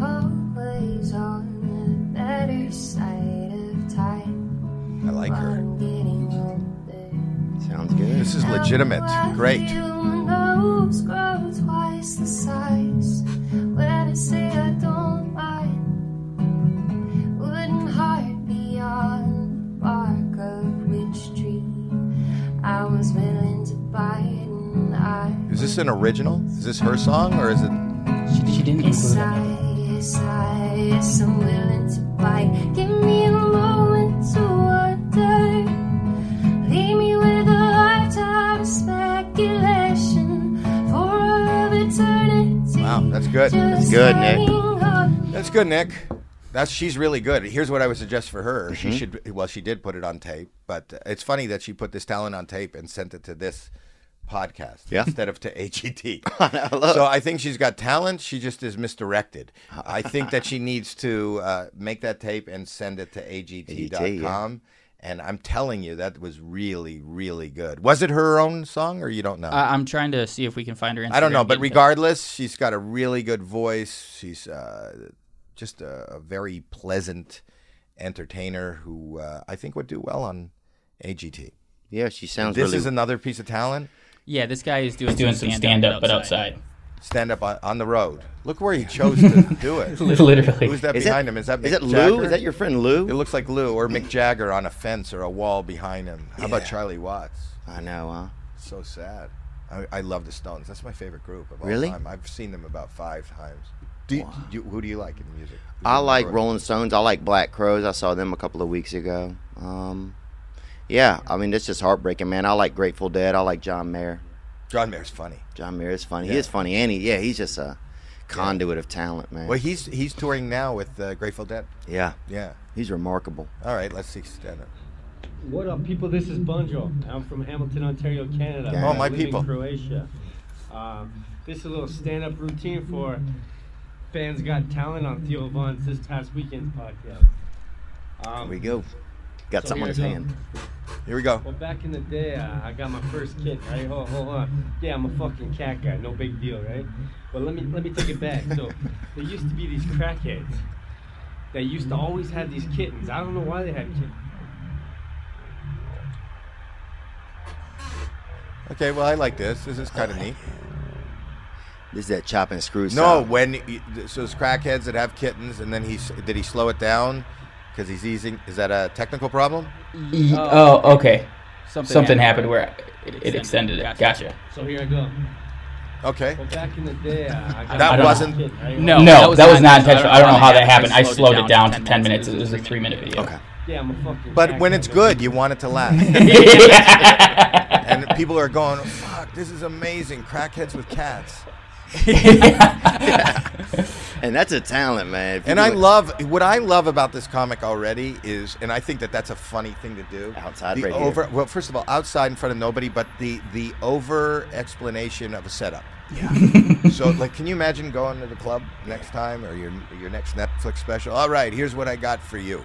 S8: Always on the better side of time.
S3: I like
S8: But
S3: her.
S8: I'm getting older.
S1: Sounds good.
S3: This is legitimate. Great.
S8: Nose grow twice the size. When I say I don't mind, wouldn't heart be on the bark of which tree I was willing to bite? And I
S3: Is this this an original? Is this her song or is it?
S9: She, didn't
S8: Yes, I, yes, I, yes, I'm willing to bite. Give me a moment to wonder. Leave me with a lifetime of speculation for eternity.
S3: Wow, that's good.
S8: That's
S1: good, Nick.
S3: That's good, Nick. That's she's really good. Here's what I would suggest for her. She
S1: Mhm.
S3: should well, she did put it on tape, but uh, it's funny that she put this talent on tape and sent it to this podcast
S1: Yeah.
S3: instead of to *laughs* HET. so I think she's got talent. She just is misdirected. I think that she needs to uh, make that tape and send it to E
S1: AGT,
S3: AGT.com. And I'm telling you, that was really, really good. Was it her own song, or you don't know?
S9: uh,
S4: I, I'm trying to see if we can find her. Instagram
S3: I don't know,
S4: and
S3: but
S4: get it.
S3: regardless, she's got a really good voice. She's uh, just a, a very pleasant entertainer who uh, I think would do well on AGT.
S1: Yeah, she sounds
S3: This
S1: really-
S3: is another piece of talent.
S4: Yeah, this guy is doing,
S9: doing
S4: some
S9: some
S4: stand-up,
S9: stand-up, but
S4: outside.
S3: Stand up on, on the road. Look where he chose to do it.
S9: Literally.
S3: Who's that
S1: Is that-
S3: behind him? Is that Mick
S1: is that Lou?
S3: Jagger?
S1: Is that your friend Lou?
S3: It looks like Lou or Mick Jagger on a fence or a wall behind him. How about Charlie Watts?
S1: I know, huh?
S3: So sad. I, I love the Stones. That's my favorite group of all
S1: Really?
S3: time. I've seen them about five times. Do you, you- who do you like in music? Who's
S1: I
S3: in the
S1: like
S3: group?
S1: Rolling Stones. I like Black Crows. I saw them a couple of weeks ago. Um, yeah, I mean it's just heartbreaking, man. I like Grateful Dead. I like John Mayer.
S3: John Mayer's funny.
S1: John Mayer is funny. He
S3: Yeah.
S1: is funny, and he yeah, he's just a conduit of talent, man.
S3: Well, he's he's touring now with uh, Grateful Dead.
S1: yeah,
S3: Yeah.
S1: he's remarkable.
S3: All right, let's see stand up.
S12: What up, people? This is Bunjo. I'm from Hamilton, Ontario, Canada.
S3: Yeah. Oh,
S12: I
S3: my
S12: live
S3: people.
S12: In Croatia. Um, this is a little stand-up routine for fans got talent on Theo Von's this past weekend's podcast. Um,
S1: There we go. Got
S12: so
S1: something
S12: here
S1: in his
S12: I go.
S1: hand.
S3: Here we go.
S12: Well, back in the day, uh, I got my first kid, right? Hold, hold on. Yeah, I'm a fucking cat guy, no big deal, right? But let me let me take it back. So there used to be these crackheads that used to always have these kittens. I don't know why they had kittens.
S3: Okay, well, I like this. This is kind of neat.
S1: This is that chopping screw.
S3: No,
S1: style.
S3: when y- so those crackheads that have kittens, and then he s- did he slow it down because he's easing. Is that a technical problem?
S9: Ye-
S4: Oh.
S9: Oh, okay.
S4: Something
S9: Something, happened,
S4: happened.
S9: where it, it extended it. Gotcha.
S12: So here I go.
S3: Okay.
S12: Well, back in the day, uh, I got
S3: That
S12: my first
S3: wasn't-
S12: kid, right?
S9: No, that was, not intentional. I don't know how that happened. I slowed it down to 10 minutes. It was a three minute video. *laughs* Okay.
S12: Yeah, I'm a fucking.
S3: But
S12: cat
S3: when
S12: guy,
S3: it's
S12: no
S3: good,
S12: big
S3: you
S12: deal.
S3: want it to last. and people are going, "Fuck, this is amazing! Crackheads with cats."
S1: and that's a talent, man. If you
S3: And
S1: do
S3: I
S1: it-
S3: love what I love about this comic already is, and I think that that's a funny thing to do
S1: Outside
S3: The
S1: right here.
S3: over, well, first of all, outside in front of nobody, but the the over explanation of a setup. Yeah. so, like, can you imagine going to the club next time or your your next Netflix special? All right, here's what I got for you.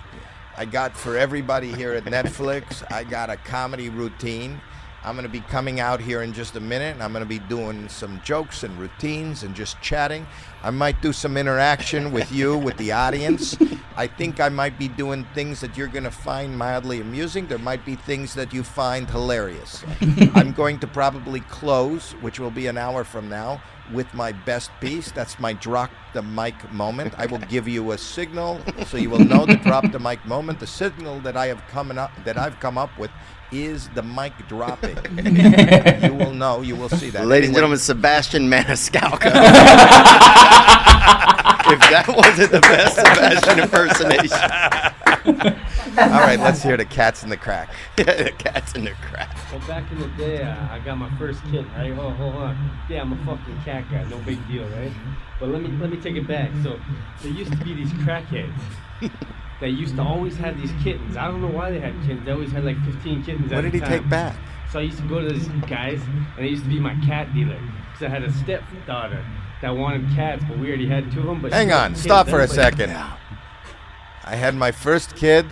S3: I got for everybody here at Netflix. I got a comedy routine. I'm going to be coming out here in just a minute and I'm going to be doing some jokes and routines and just chatting. I might do some interaction with you, with the audience. I think I might be doing things that you're going to find mildly amusing. There might be things that you find hilarious. I'm going to probably close, which will be an hour from now, with my best piece. That's my drop the mic moment. I will give you a signal so you will know the drop the mic moment. The signal that I have coming up that I've come up with is the mic dropping. you will know. You will see that.
S1: Ladies and
S3: Anyway,
S1: gentlemen, Sebastian
S3: *laughs*
S1: Maniscalco. if that wasn't the best Sebastian *laughs* impersonation.
S3: All right, let's hear the cats in the crack.
S1: the cats in the crack.
S12: Well, back in the day, uh, I got my first kid, right? Hold, hold on. Yeah, I'm a fucking cat guy, no big deal, right? But let me let me take it back. So there used to be these crackheads that used to always have these kittens. I don't know why they had kittens. They always had like 15 kittens.
S3: What
S12: at a
S3: did he
S12: time.
S3: take back?
S12: So I used to go to these guys, and they used to be my cat dealer because I had a stepdaughter that wanted cats, but we already had two of them. But she
S3: Hang
S12: wanted
S3: on,
S12: kids.
S3: stop for a
S12: Everybody-
S3: second. I had my first kid.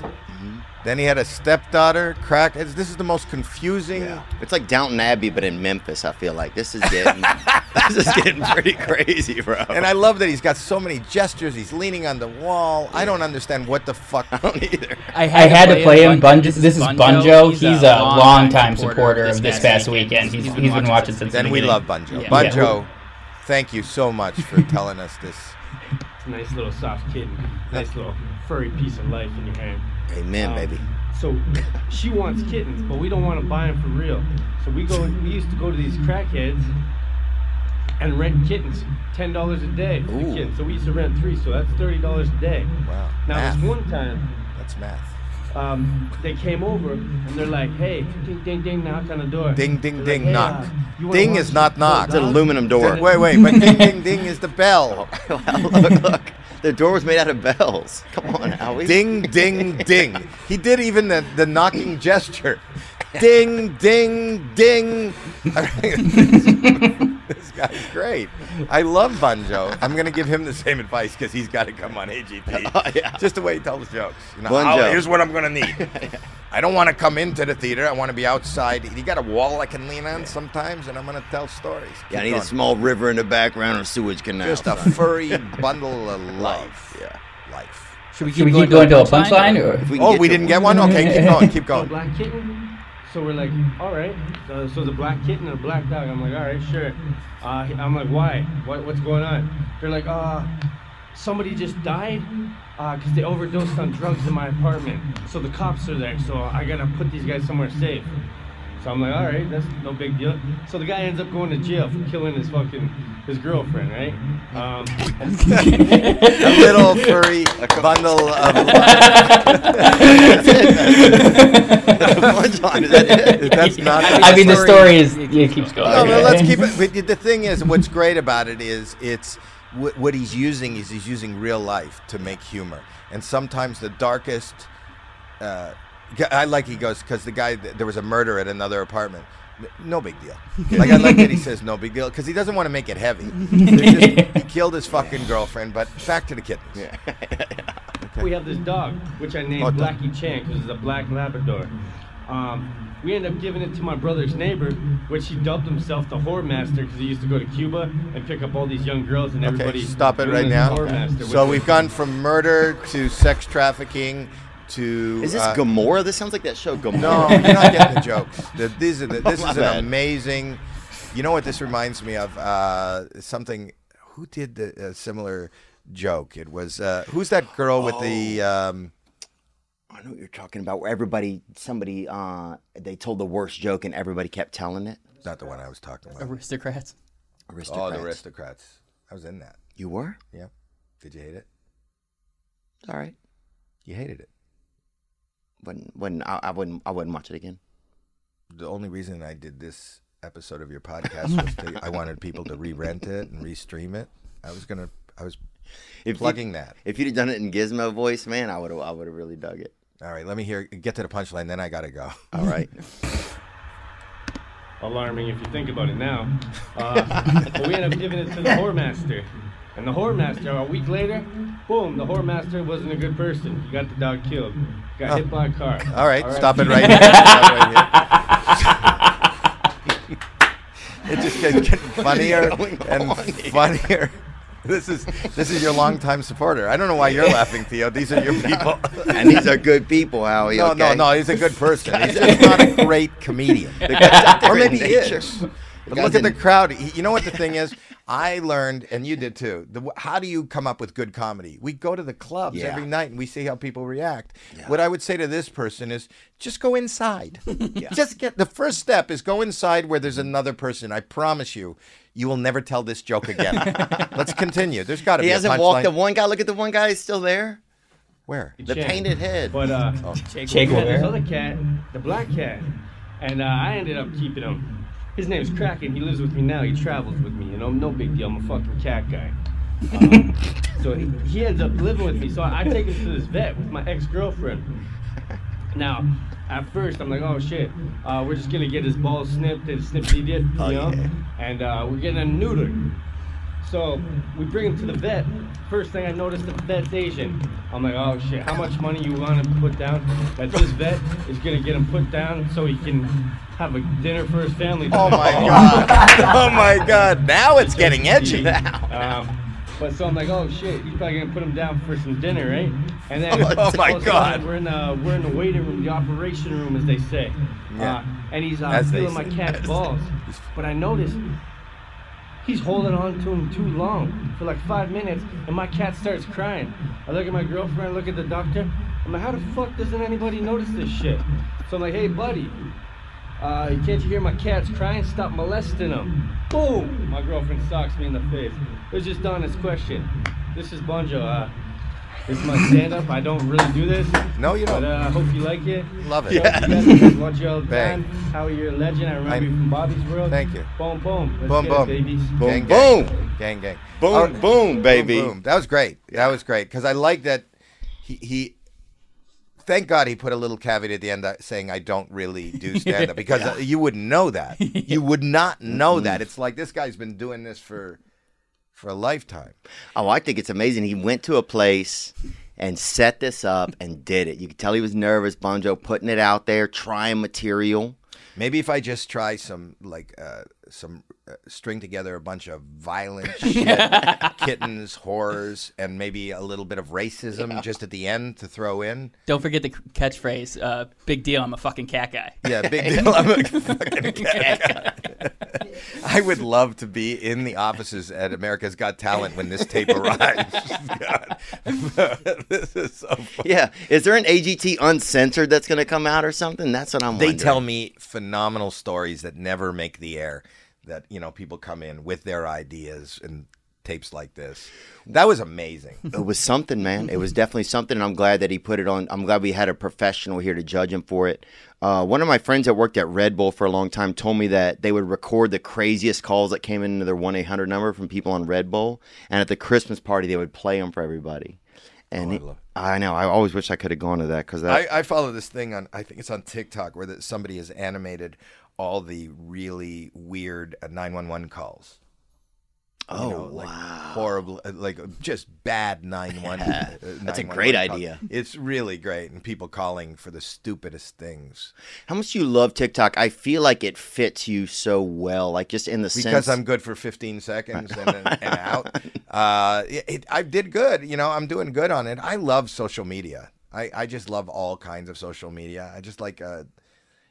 S3: Then he had a stepdaughter. Crack. it's- This is the most confusing.
S1: It's like Downton Abbey, but in Memphis. I feel like this is getting *laughs* this is getting pretty crazy, bro.
S3: And I love that he's got so many gestures. He's leaning on the wall. I don't understand what the fuck.
S12: *laughs*
S3: I
S1: don't either.
S9: I had, to play, him. Bunjo. This, is Bunjo. He's, a
S4: long-time
S9: longtime
S4: supporter
S9: supporter of this past weekend. He's, he's been watching since the
S3: Then we
S9: beginning.
S3: love Bunjo.
S9: Yeah.
S3: Bunjo, thank you so
S12: *laughs*
S3: much for telling us this.
S12: It's a nice little soft kitten. Nice little furry piece of life in your hand.
S1: Amen,
S12: Um,
S1: baby. *laughs*
S12: So *laughs* she wants kittens, but we don't want to buy them for real. So we go. We used to go to these crackheads and rent kittens, ten dollars a day for the
S3: Ooh.
S12: kittens. So we used to rent three, so that's thirty dollars a day.
S3: Wow.
S12: Now
S3: Math.
S12: this one time,
S3: that's math.
S12: Um, they came over and they're like, "Hey, ding, ding, ding, knock on the door."
S3: Ding,
S12: They're
S3: ding, ding,
S12: like, "Hey,
S3: knock.
S12: uh, you wanna
S3: ding
S12: watch
S3: is not knock.
S1: It's an aluminum door.
S3: Wait, wait, but
S12: *laughs*
S3: ding, ding, ding is the bell.
S1: look, look, the door was made out of bells. Come on, Howie.
S3: Ding, ding, ding. He did even the, the knocking gesture. Ding, ding, ding. *laughs* this guy's great. I love Bunjo. I'm going to give him the same advice because he's got to come on
S1: *laughs*
S3: AGP.
S1: Oh,
S3: Just the way he tells jokes. You know,
S1: Bun
S3: "Oh,
S1: Joe."
S3: here's what I'm going to need. I don't want to come into the theater. I want to be outside. You got a wall I can lean on sometimes, and I'm going to tell stories.
S1: Yeah, I
S3: Keep
S1: need a
S3: going.
S1: small river in the background or sewage canal.
S3: Just a
S1: son.
S3: furry bundle of love.
S1: *laughs*
S3: Yeah. Life.
S4: Should we
S9: Should we keep going to a punchline? Or?
S1: If we can
S3: Oh,
S1: get
S3: we
S1: to
S3: didn't
S1: one.
S3: get one? Okay, keep going, keep
S12: So
S3: going.
S12: black kitten. So we're like, all right. So, so the black kitten and a black dog. I'm like, all right, sure. Uh, I'm like, why? What, what's going on? They're like, uh, somebody just died because they overdosed on drugs in my apartment. So the cops are there. So I gotta put these guys somewhere safe. So I'm like, all right, that's no big deal. So the guy ends up going to jail for killing his fucking his girlfriend, right? Um,
S3: A little furry bundle of
S9: *laughs*
S1: *laughs* Punchline, is that it?
S3: That's not.
S9: I mean, the story is it keeps going.
S3: No, no, let's keep it. But the- the thing is, what's great about it is it's what, what he's using is he's using real life to make humor, and sometimes the darkest. Uh, g- I like he goes because the guy th- there was a murder at another apartment. N- No big deal. Like I like that he says no big deal because he doesn't want to make it heavy. They're Just, he killed his fucking girlfriend, but back to the kittens.
S12: We have this dog, which I named
S3: Oh, dog.
S12: Blackie Chan because it's a black Labrador. Um, we ended up giving it to my brother's neighbor, which he dubbed himself the whore master because he used to go to Cuba and pick up all these young girls and everybody.
S3: Okay, stop it
S12: doing
S3: right
S12: this
S3: now.
S12: whore master, which
S3: So
S12: was-
S3: we've gone from murder to sex trafficking to.
S1: *laughs* Is this
S3: uh,
S1: Gamora? This sounds like that show Gamora. *laughs*
S3: No, you're not getting the jokes. The, these are the, this
S1: Oh, my
S3: is
S1: bad.
S3: an amazing. You know what this reminds me of? Uh, something. Who did the uh, similar joke? It was uh, who's that girl with the?
S1: Oh.
S3: Um,
S1: I know what you're talking about. Where everybody, somebody, uh, they told the worst joke and everybody kept telling it.
S3: not the one I was talking about.
S4: Aristocrats.
S1: Aristocrats.
S3: Oh, the aristocrats. I was in that.
S1: You were?
S3: Yeah. Did you hate it?
S1: It's all right.
S3: You hated it.
S1: Wouldn't, wouldn't, I, I wouldn't, I wouldn't watch it again.
S3: The only reason I did this episode of your podcast was to, I wanted people to re-rent it and re-stream it. I was gonna. I was
S1: If
S3: plugging
S1: you,
S3: that.
S1: If you'd have done it in Gizmo voice, man, I would have, I would have really dug it.
S3: All right, let me hear. Get to the punchline, then I gotta go.
S1: All right.
S12: alarming if you think about it
S3: *laughs*
S12: now. Uh, but we ended up giving it to the whore master. And the whore master, a week later, boom, the whore master wasn't a good person. He got the dog killed. Got hit by a car.
S3: All right, stop
S1: *laughs*
S3: it right here. Stop it right here. *laughs* it just gets getting funnier
S1: going
S3: and
S1: on here?
S3: funnier. *laughs* This is this is your longtime supporter. I don't know why you're laughing, Theo.
S1: *laughs*
S3: These are your people.
S1: and these are good people, Howie.
S3: No, no,
S1: okay?
S3: no. He's a good
S1: *laughs*
S3: person. He's just not a great comedian.
S1: guy's out
S3: or
S1: there in
S3: maybe he
S1: nature.
S3: is.
S1: The
S3: But
S1: guy's
S3: look at the
S1: in-
S3: crowd. He- You know what the thing is? I learned, and you did too. The, how do you come up with good comedy? We go to the clubs
S1: Yeah.
S3: every night and we see how people react. What I would say to this person is just go
S1: *laughs*
S3: inside. Just get the first step is go inside where there's another person. I promise you, you will never tell this
S1: *laughs*
S3: joke again. Let's continue. There's got to
S1: He
S3: be a
S1: hasn't walked the
S3: punchline.
S1: one guy. Look at the one guy. He's still there.
S3: Where?
S1: The painted head. Oh.
S12: But uh,
S9: Che
S12: we had this
S9: Guevara.
S12: other cat, the black cat, and uh, I ended up keeping him. His name's Kraken. He lives with me now. He travels with me. You know, no big deal. I'm a fucking cat guy. Um, so he, he ends up living with me. So I, I take him to this vet with my ex-girlfriend. Now, at first, I'm like, oh shit, uh, we're just gonna get his balls snipped and snipped he did, you
S1: Oh,
S12: know,
S1: yeah.
S12: and uh, we're getting a neutered. So we bring him to the vet. First thing I noticed, the vet's Asian. I'm like, oh shit, how much money you want to put down that this vet is gonna get him put down so he can have a dinner for his family? *laughs*
S3: Oh my
S12: tonight?"
S3: god! *laughs* Oh my god! Now it's
S1: *laughs*
S3: getting edgy.
S12: *laughs* Um, but so I'm like, oh shit, he's probably gonna put him down for some dinner, right? And then
S3: *laughs* Oh, my
S12: all of a sudden,
S3: God.
S12: we're in the we're in the waiting room, the operation room, as they say.
S3: Yeah.
S12: Uh, and he's uh,
S3: As they
S12: feeling my
S3: say.
S12: cat's
S3: As *laughs* they-
S12: balls, but I noticed he's holding on to him too long for like five minutes, and my cat starts crying. I look at my girlfriend, I look at the doctor. I'm like, how the fuck doesn't anybody notice this shit? So I'm like, hey buddy, Uh, can't you hear my cats crying? Stop molesting them. Boom! My girlfriend socks me in the face. It was just honest question. This is Bonjo. Uh, this is my stand up. I don't really do this.
S3: No, you don't.
S12: But uh, I hope you like it.
S3: Love it.
S12: Yeah.
S3: Yeah.
S12: You *laughs* guys watch you all the
S3: Bang.
S12: time. How you're a legend. I remember
S3: I'm-
S12: you from Bobby's World.
S3: Thank you.
S12: Boom, boom. Let's
S3: boom,
S12: get it,
S3: boom.
S12: babies.
S3: gang,
S1: boom.
S3: Gang, gang. gang.
S1: Boom,
S3: All
S1: boom, baby.
S3: Boom, boom. That was great. That was great. Because I like that he, he, thank God he put a little caveat at the end that, saying, I don't
S1: *laughs*
S3: really do stand up. Because
S1: Yeah.
S3: uh, you wouldn't
S1: *laughs*
S3: know that. You would not know that. It's like this guy's been doing this for for a lifetime.
S1: Oh, I think it's amazing. He went to a place and set this up and did it. You could tell he was nervous. Bonjo putting it out there, trying
S3: *laughs*
S1: material.
S3: Maybe if I just try some like uh, some uh, string together a bunch of violent
S1: *laughs*
S3: shit, kittens, horrors, and maybe a little bit of racism
S4: Yeah.
S3: just at the end to throw in.
S4: Don't forget the c- catchphrase. Uh, big deal. I'm a fucking cat guy.
S3: Yeah, big deal. I'm a *laughs* fucking cat guy. I would love to be in the offices at America's Got Talent when this *laughs* tape arrives. God. *laughs* this is so funny.
S1: Yeah. Is there an AGT uncensored that's going to come out or something? That's what I'm
S3: They
S1: wondering.
S3: tell me phenomenal stories that never make the air. That you know, people come in with their ideas and tapes like this. That was amazing.
S1: it was something, man. It was definitely something, and I'm glad that he put it on. I'm glad we had a professional here to judge him for it. Uh, one of my friends that worked at Red Bull for a long time told me that they would record the craziest calls that came into their 1 800 number from people on Red Bull, and at the Christmas party they would play them for everybody.
S3: Oh,
S1: And he- I, know. I always wish I could have gone to that because that.
S3: I, I follow this thing on I think it's on TikTok where that somebody has animated all the really weird uh, nine one one calls.
S1: Oh,
S3: like horrible, uh, like just bad nine one.
S1: Yeah, *laughs* that's a great idea.
S3: It's really great, and people calling for the stupidest things
S1: how much do you love TikTok? I feel like it fits you so well, like just in the sense.
S3: because I'm good for 15 seconds and, then and out. Uh, it, it- I did good. You know, I'm doing good on it. I love social media. I, I just love all kinds of social media. I just like a,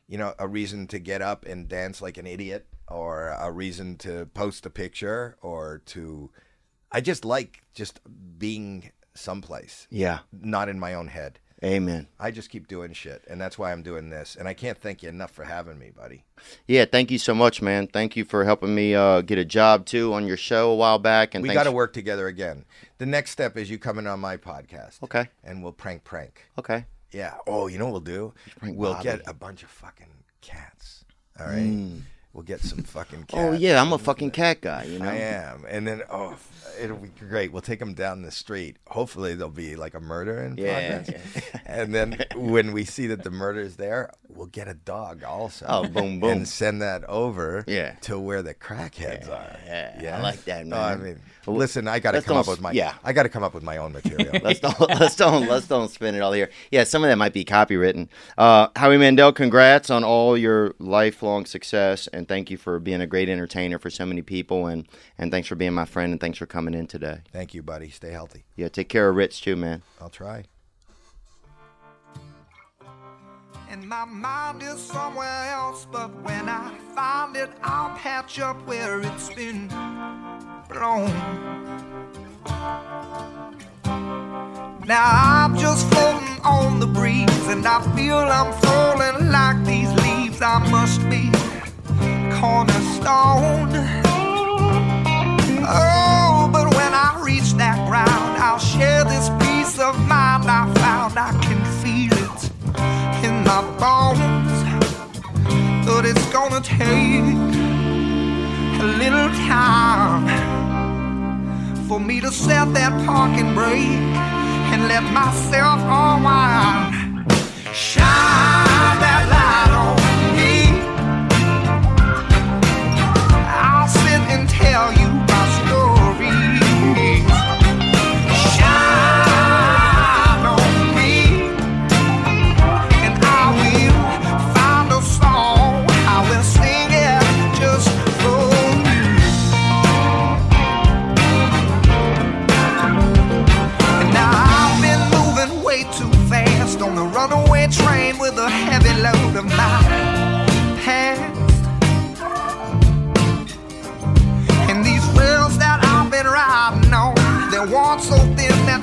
S3: you know, a reason to get up and dance like an idiot, or a reason to post a picture, or to, I just like just being someplace.
S1: Yeah.
S3: Not in my own head.
S1: Amen.
S3: I just keep doing shit, and that's why I'm doing this. And I can't thank you enough for having me, buddy.
S1: Yeah, thank you so much, man. Thank you for helping me uh, get a job too on your show a while back. And
S3: we
S1: thanks
S3: got to work together again. The next step is you coming on my podcast.
S1: Okay.
S3: And we'll prank prank.
S1: Okay.
S3: Yeah. Oh, you know what we'll do?
S1: prank
S3: we'll
S1: Bobby.
S3: get a bunch of fucking cats. All right.
S1: Mm.
S3: We'll get some fucking cats.
S1: Oh yeah, I'm a fucking cat guy. You know.
S3: I am. And then oh, it'll be great. We'll take them down the street. Hopefully there'll be like a murder in
S1: Yeah,
S3: progress.
S1: *laughs*
S3: And then when we see that the murder is there, we'll get a dog also.
S1: Oh, boom, boom.
S3: And send that over
S1: Yeah.
S3: to where the crackheads are.
S1: yeah, I like that,
S3: No, I
S1: man.
S3: mean, listen, I got to
S1: Let's
S3: come up
S1: don't
S3: with my
S1: s- yeah.
S3: I got to come up with my own material.
S1: *laughs* let's don't let's don't let's don't spin it all here. Yeah, some of that might be copywritten. Uh, Howie Mandel, congrats on all your lifelong success, and thank you for being a great entertainer for so many people, and and thanks for being my friend, and thanks for coming in today.
S3: Thank you, buddy. Stay healthy.
S1: Yeah, take care of Rich too, man.
S3: I'll try.
S2: And my mind is somewhere else, but when I find it, I'll patch up where it's been blown. Now I'm just floating on the breeze, and I feel I'm falling like these leaves. I must be cornerstone. Oh, but when I reach that ground, I'll share this peace of mind I found. I can feel it in my bones but it's gonna take a little time for me to set that parking brake and let myself unwind. Shine that light on me. I'll sit and tell you my story. Shine on me and I will find a song. I will sing it just for you. And now I've been moving way too fast on the runaway train with a heavy load of my past. And these rails that I've been riding on, they're worn so thin that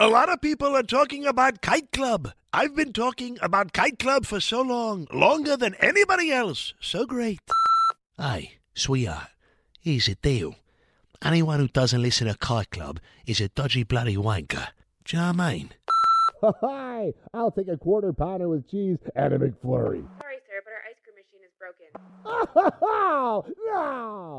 S13: A lot of people are talking about Kite Club. I've been talking about Kite Club for so long, longer than anybody else. So great.
S14: Hey, sweetheart, here's the deal. Anyone who doesn't listen to Kite Club is a dodgy bloody wanker. Do you know what I mean?
S15: Hi, I'll take a quarter pounder with cheese and a McFlurry.
S16: Sorry, sir, but our ice cream machine is broken.
S15: Oh, no!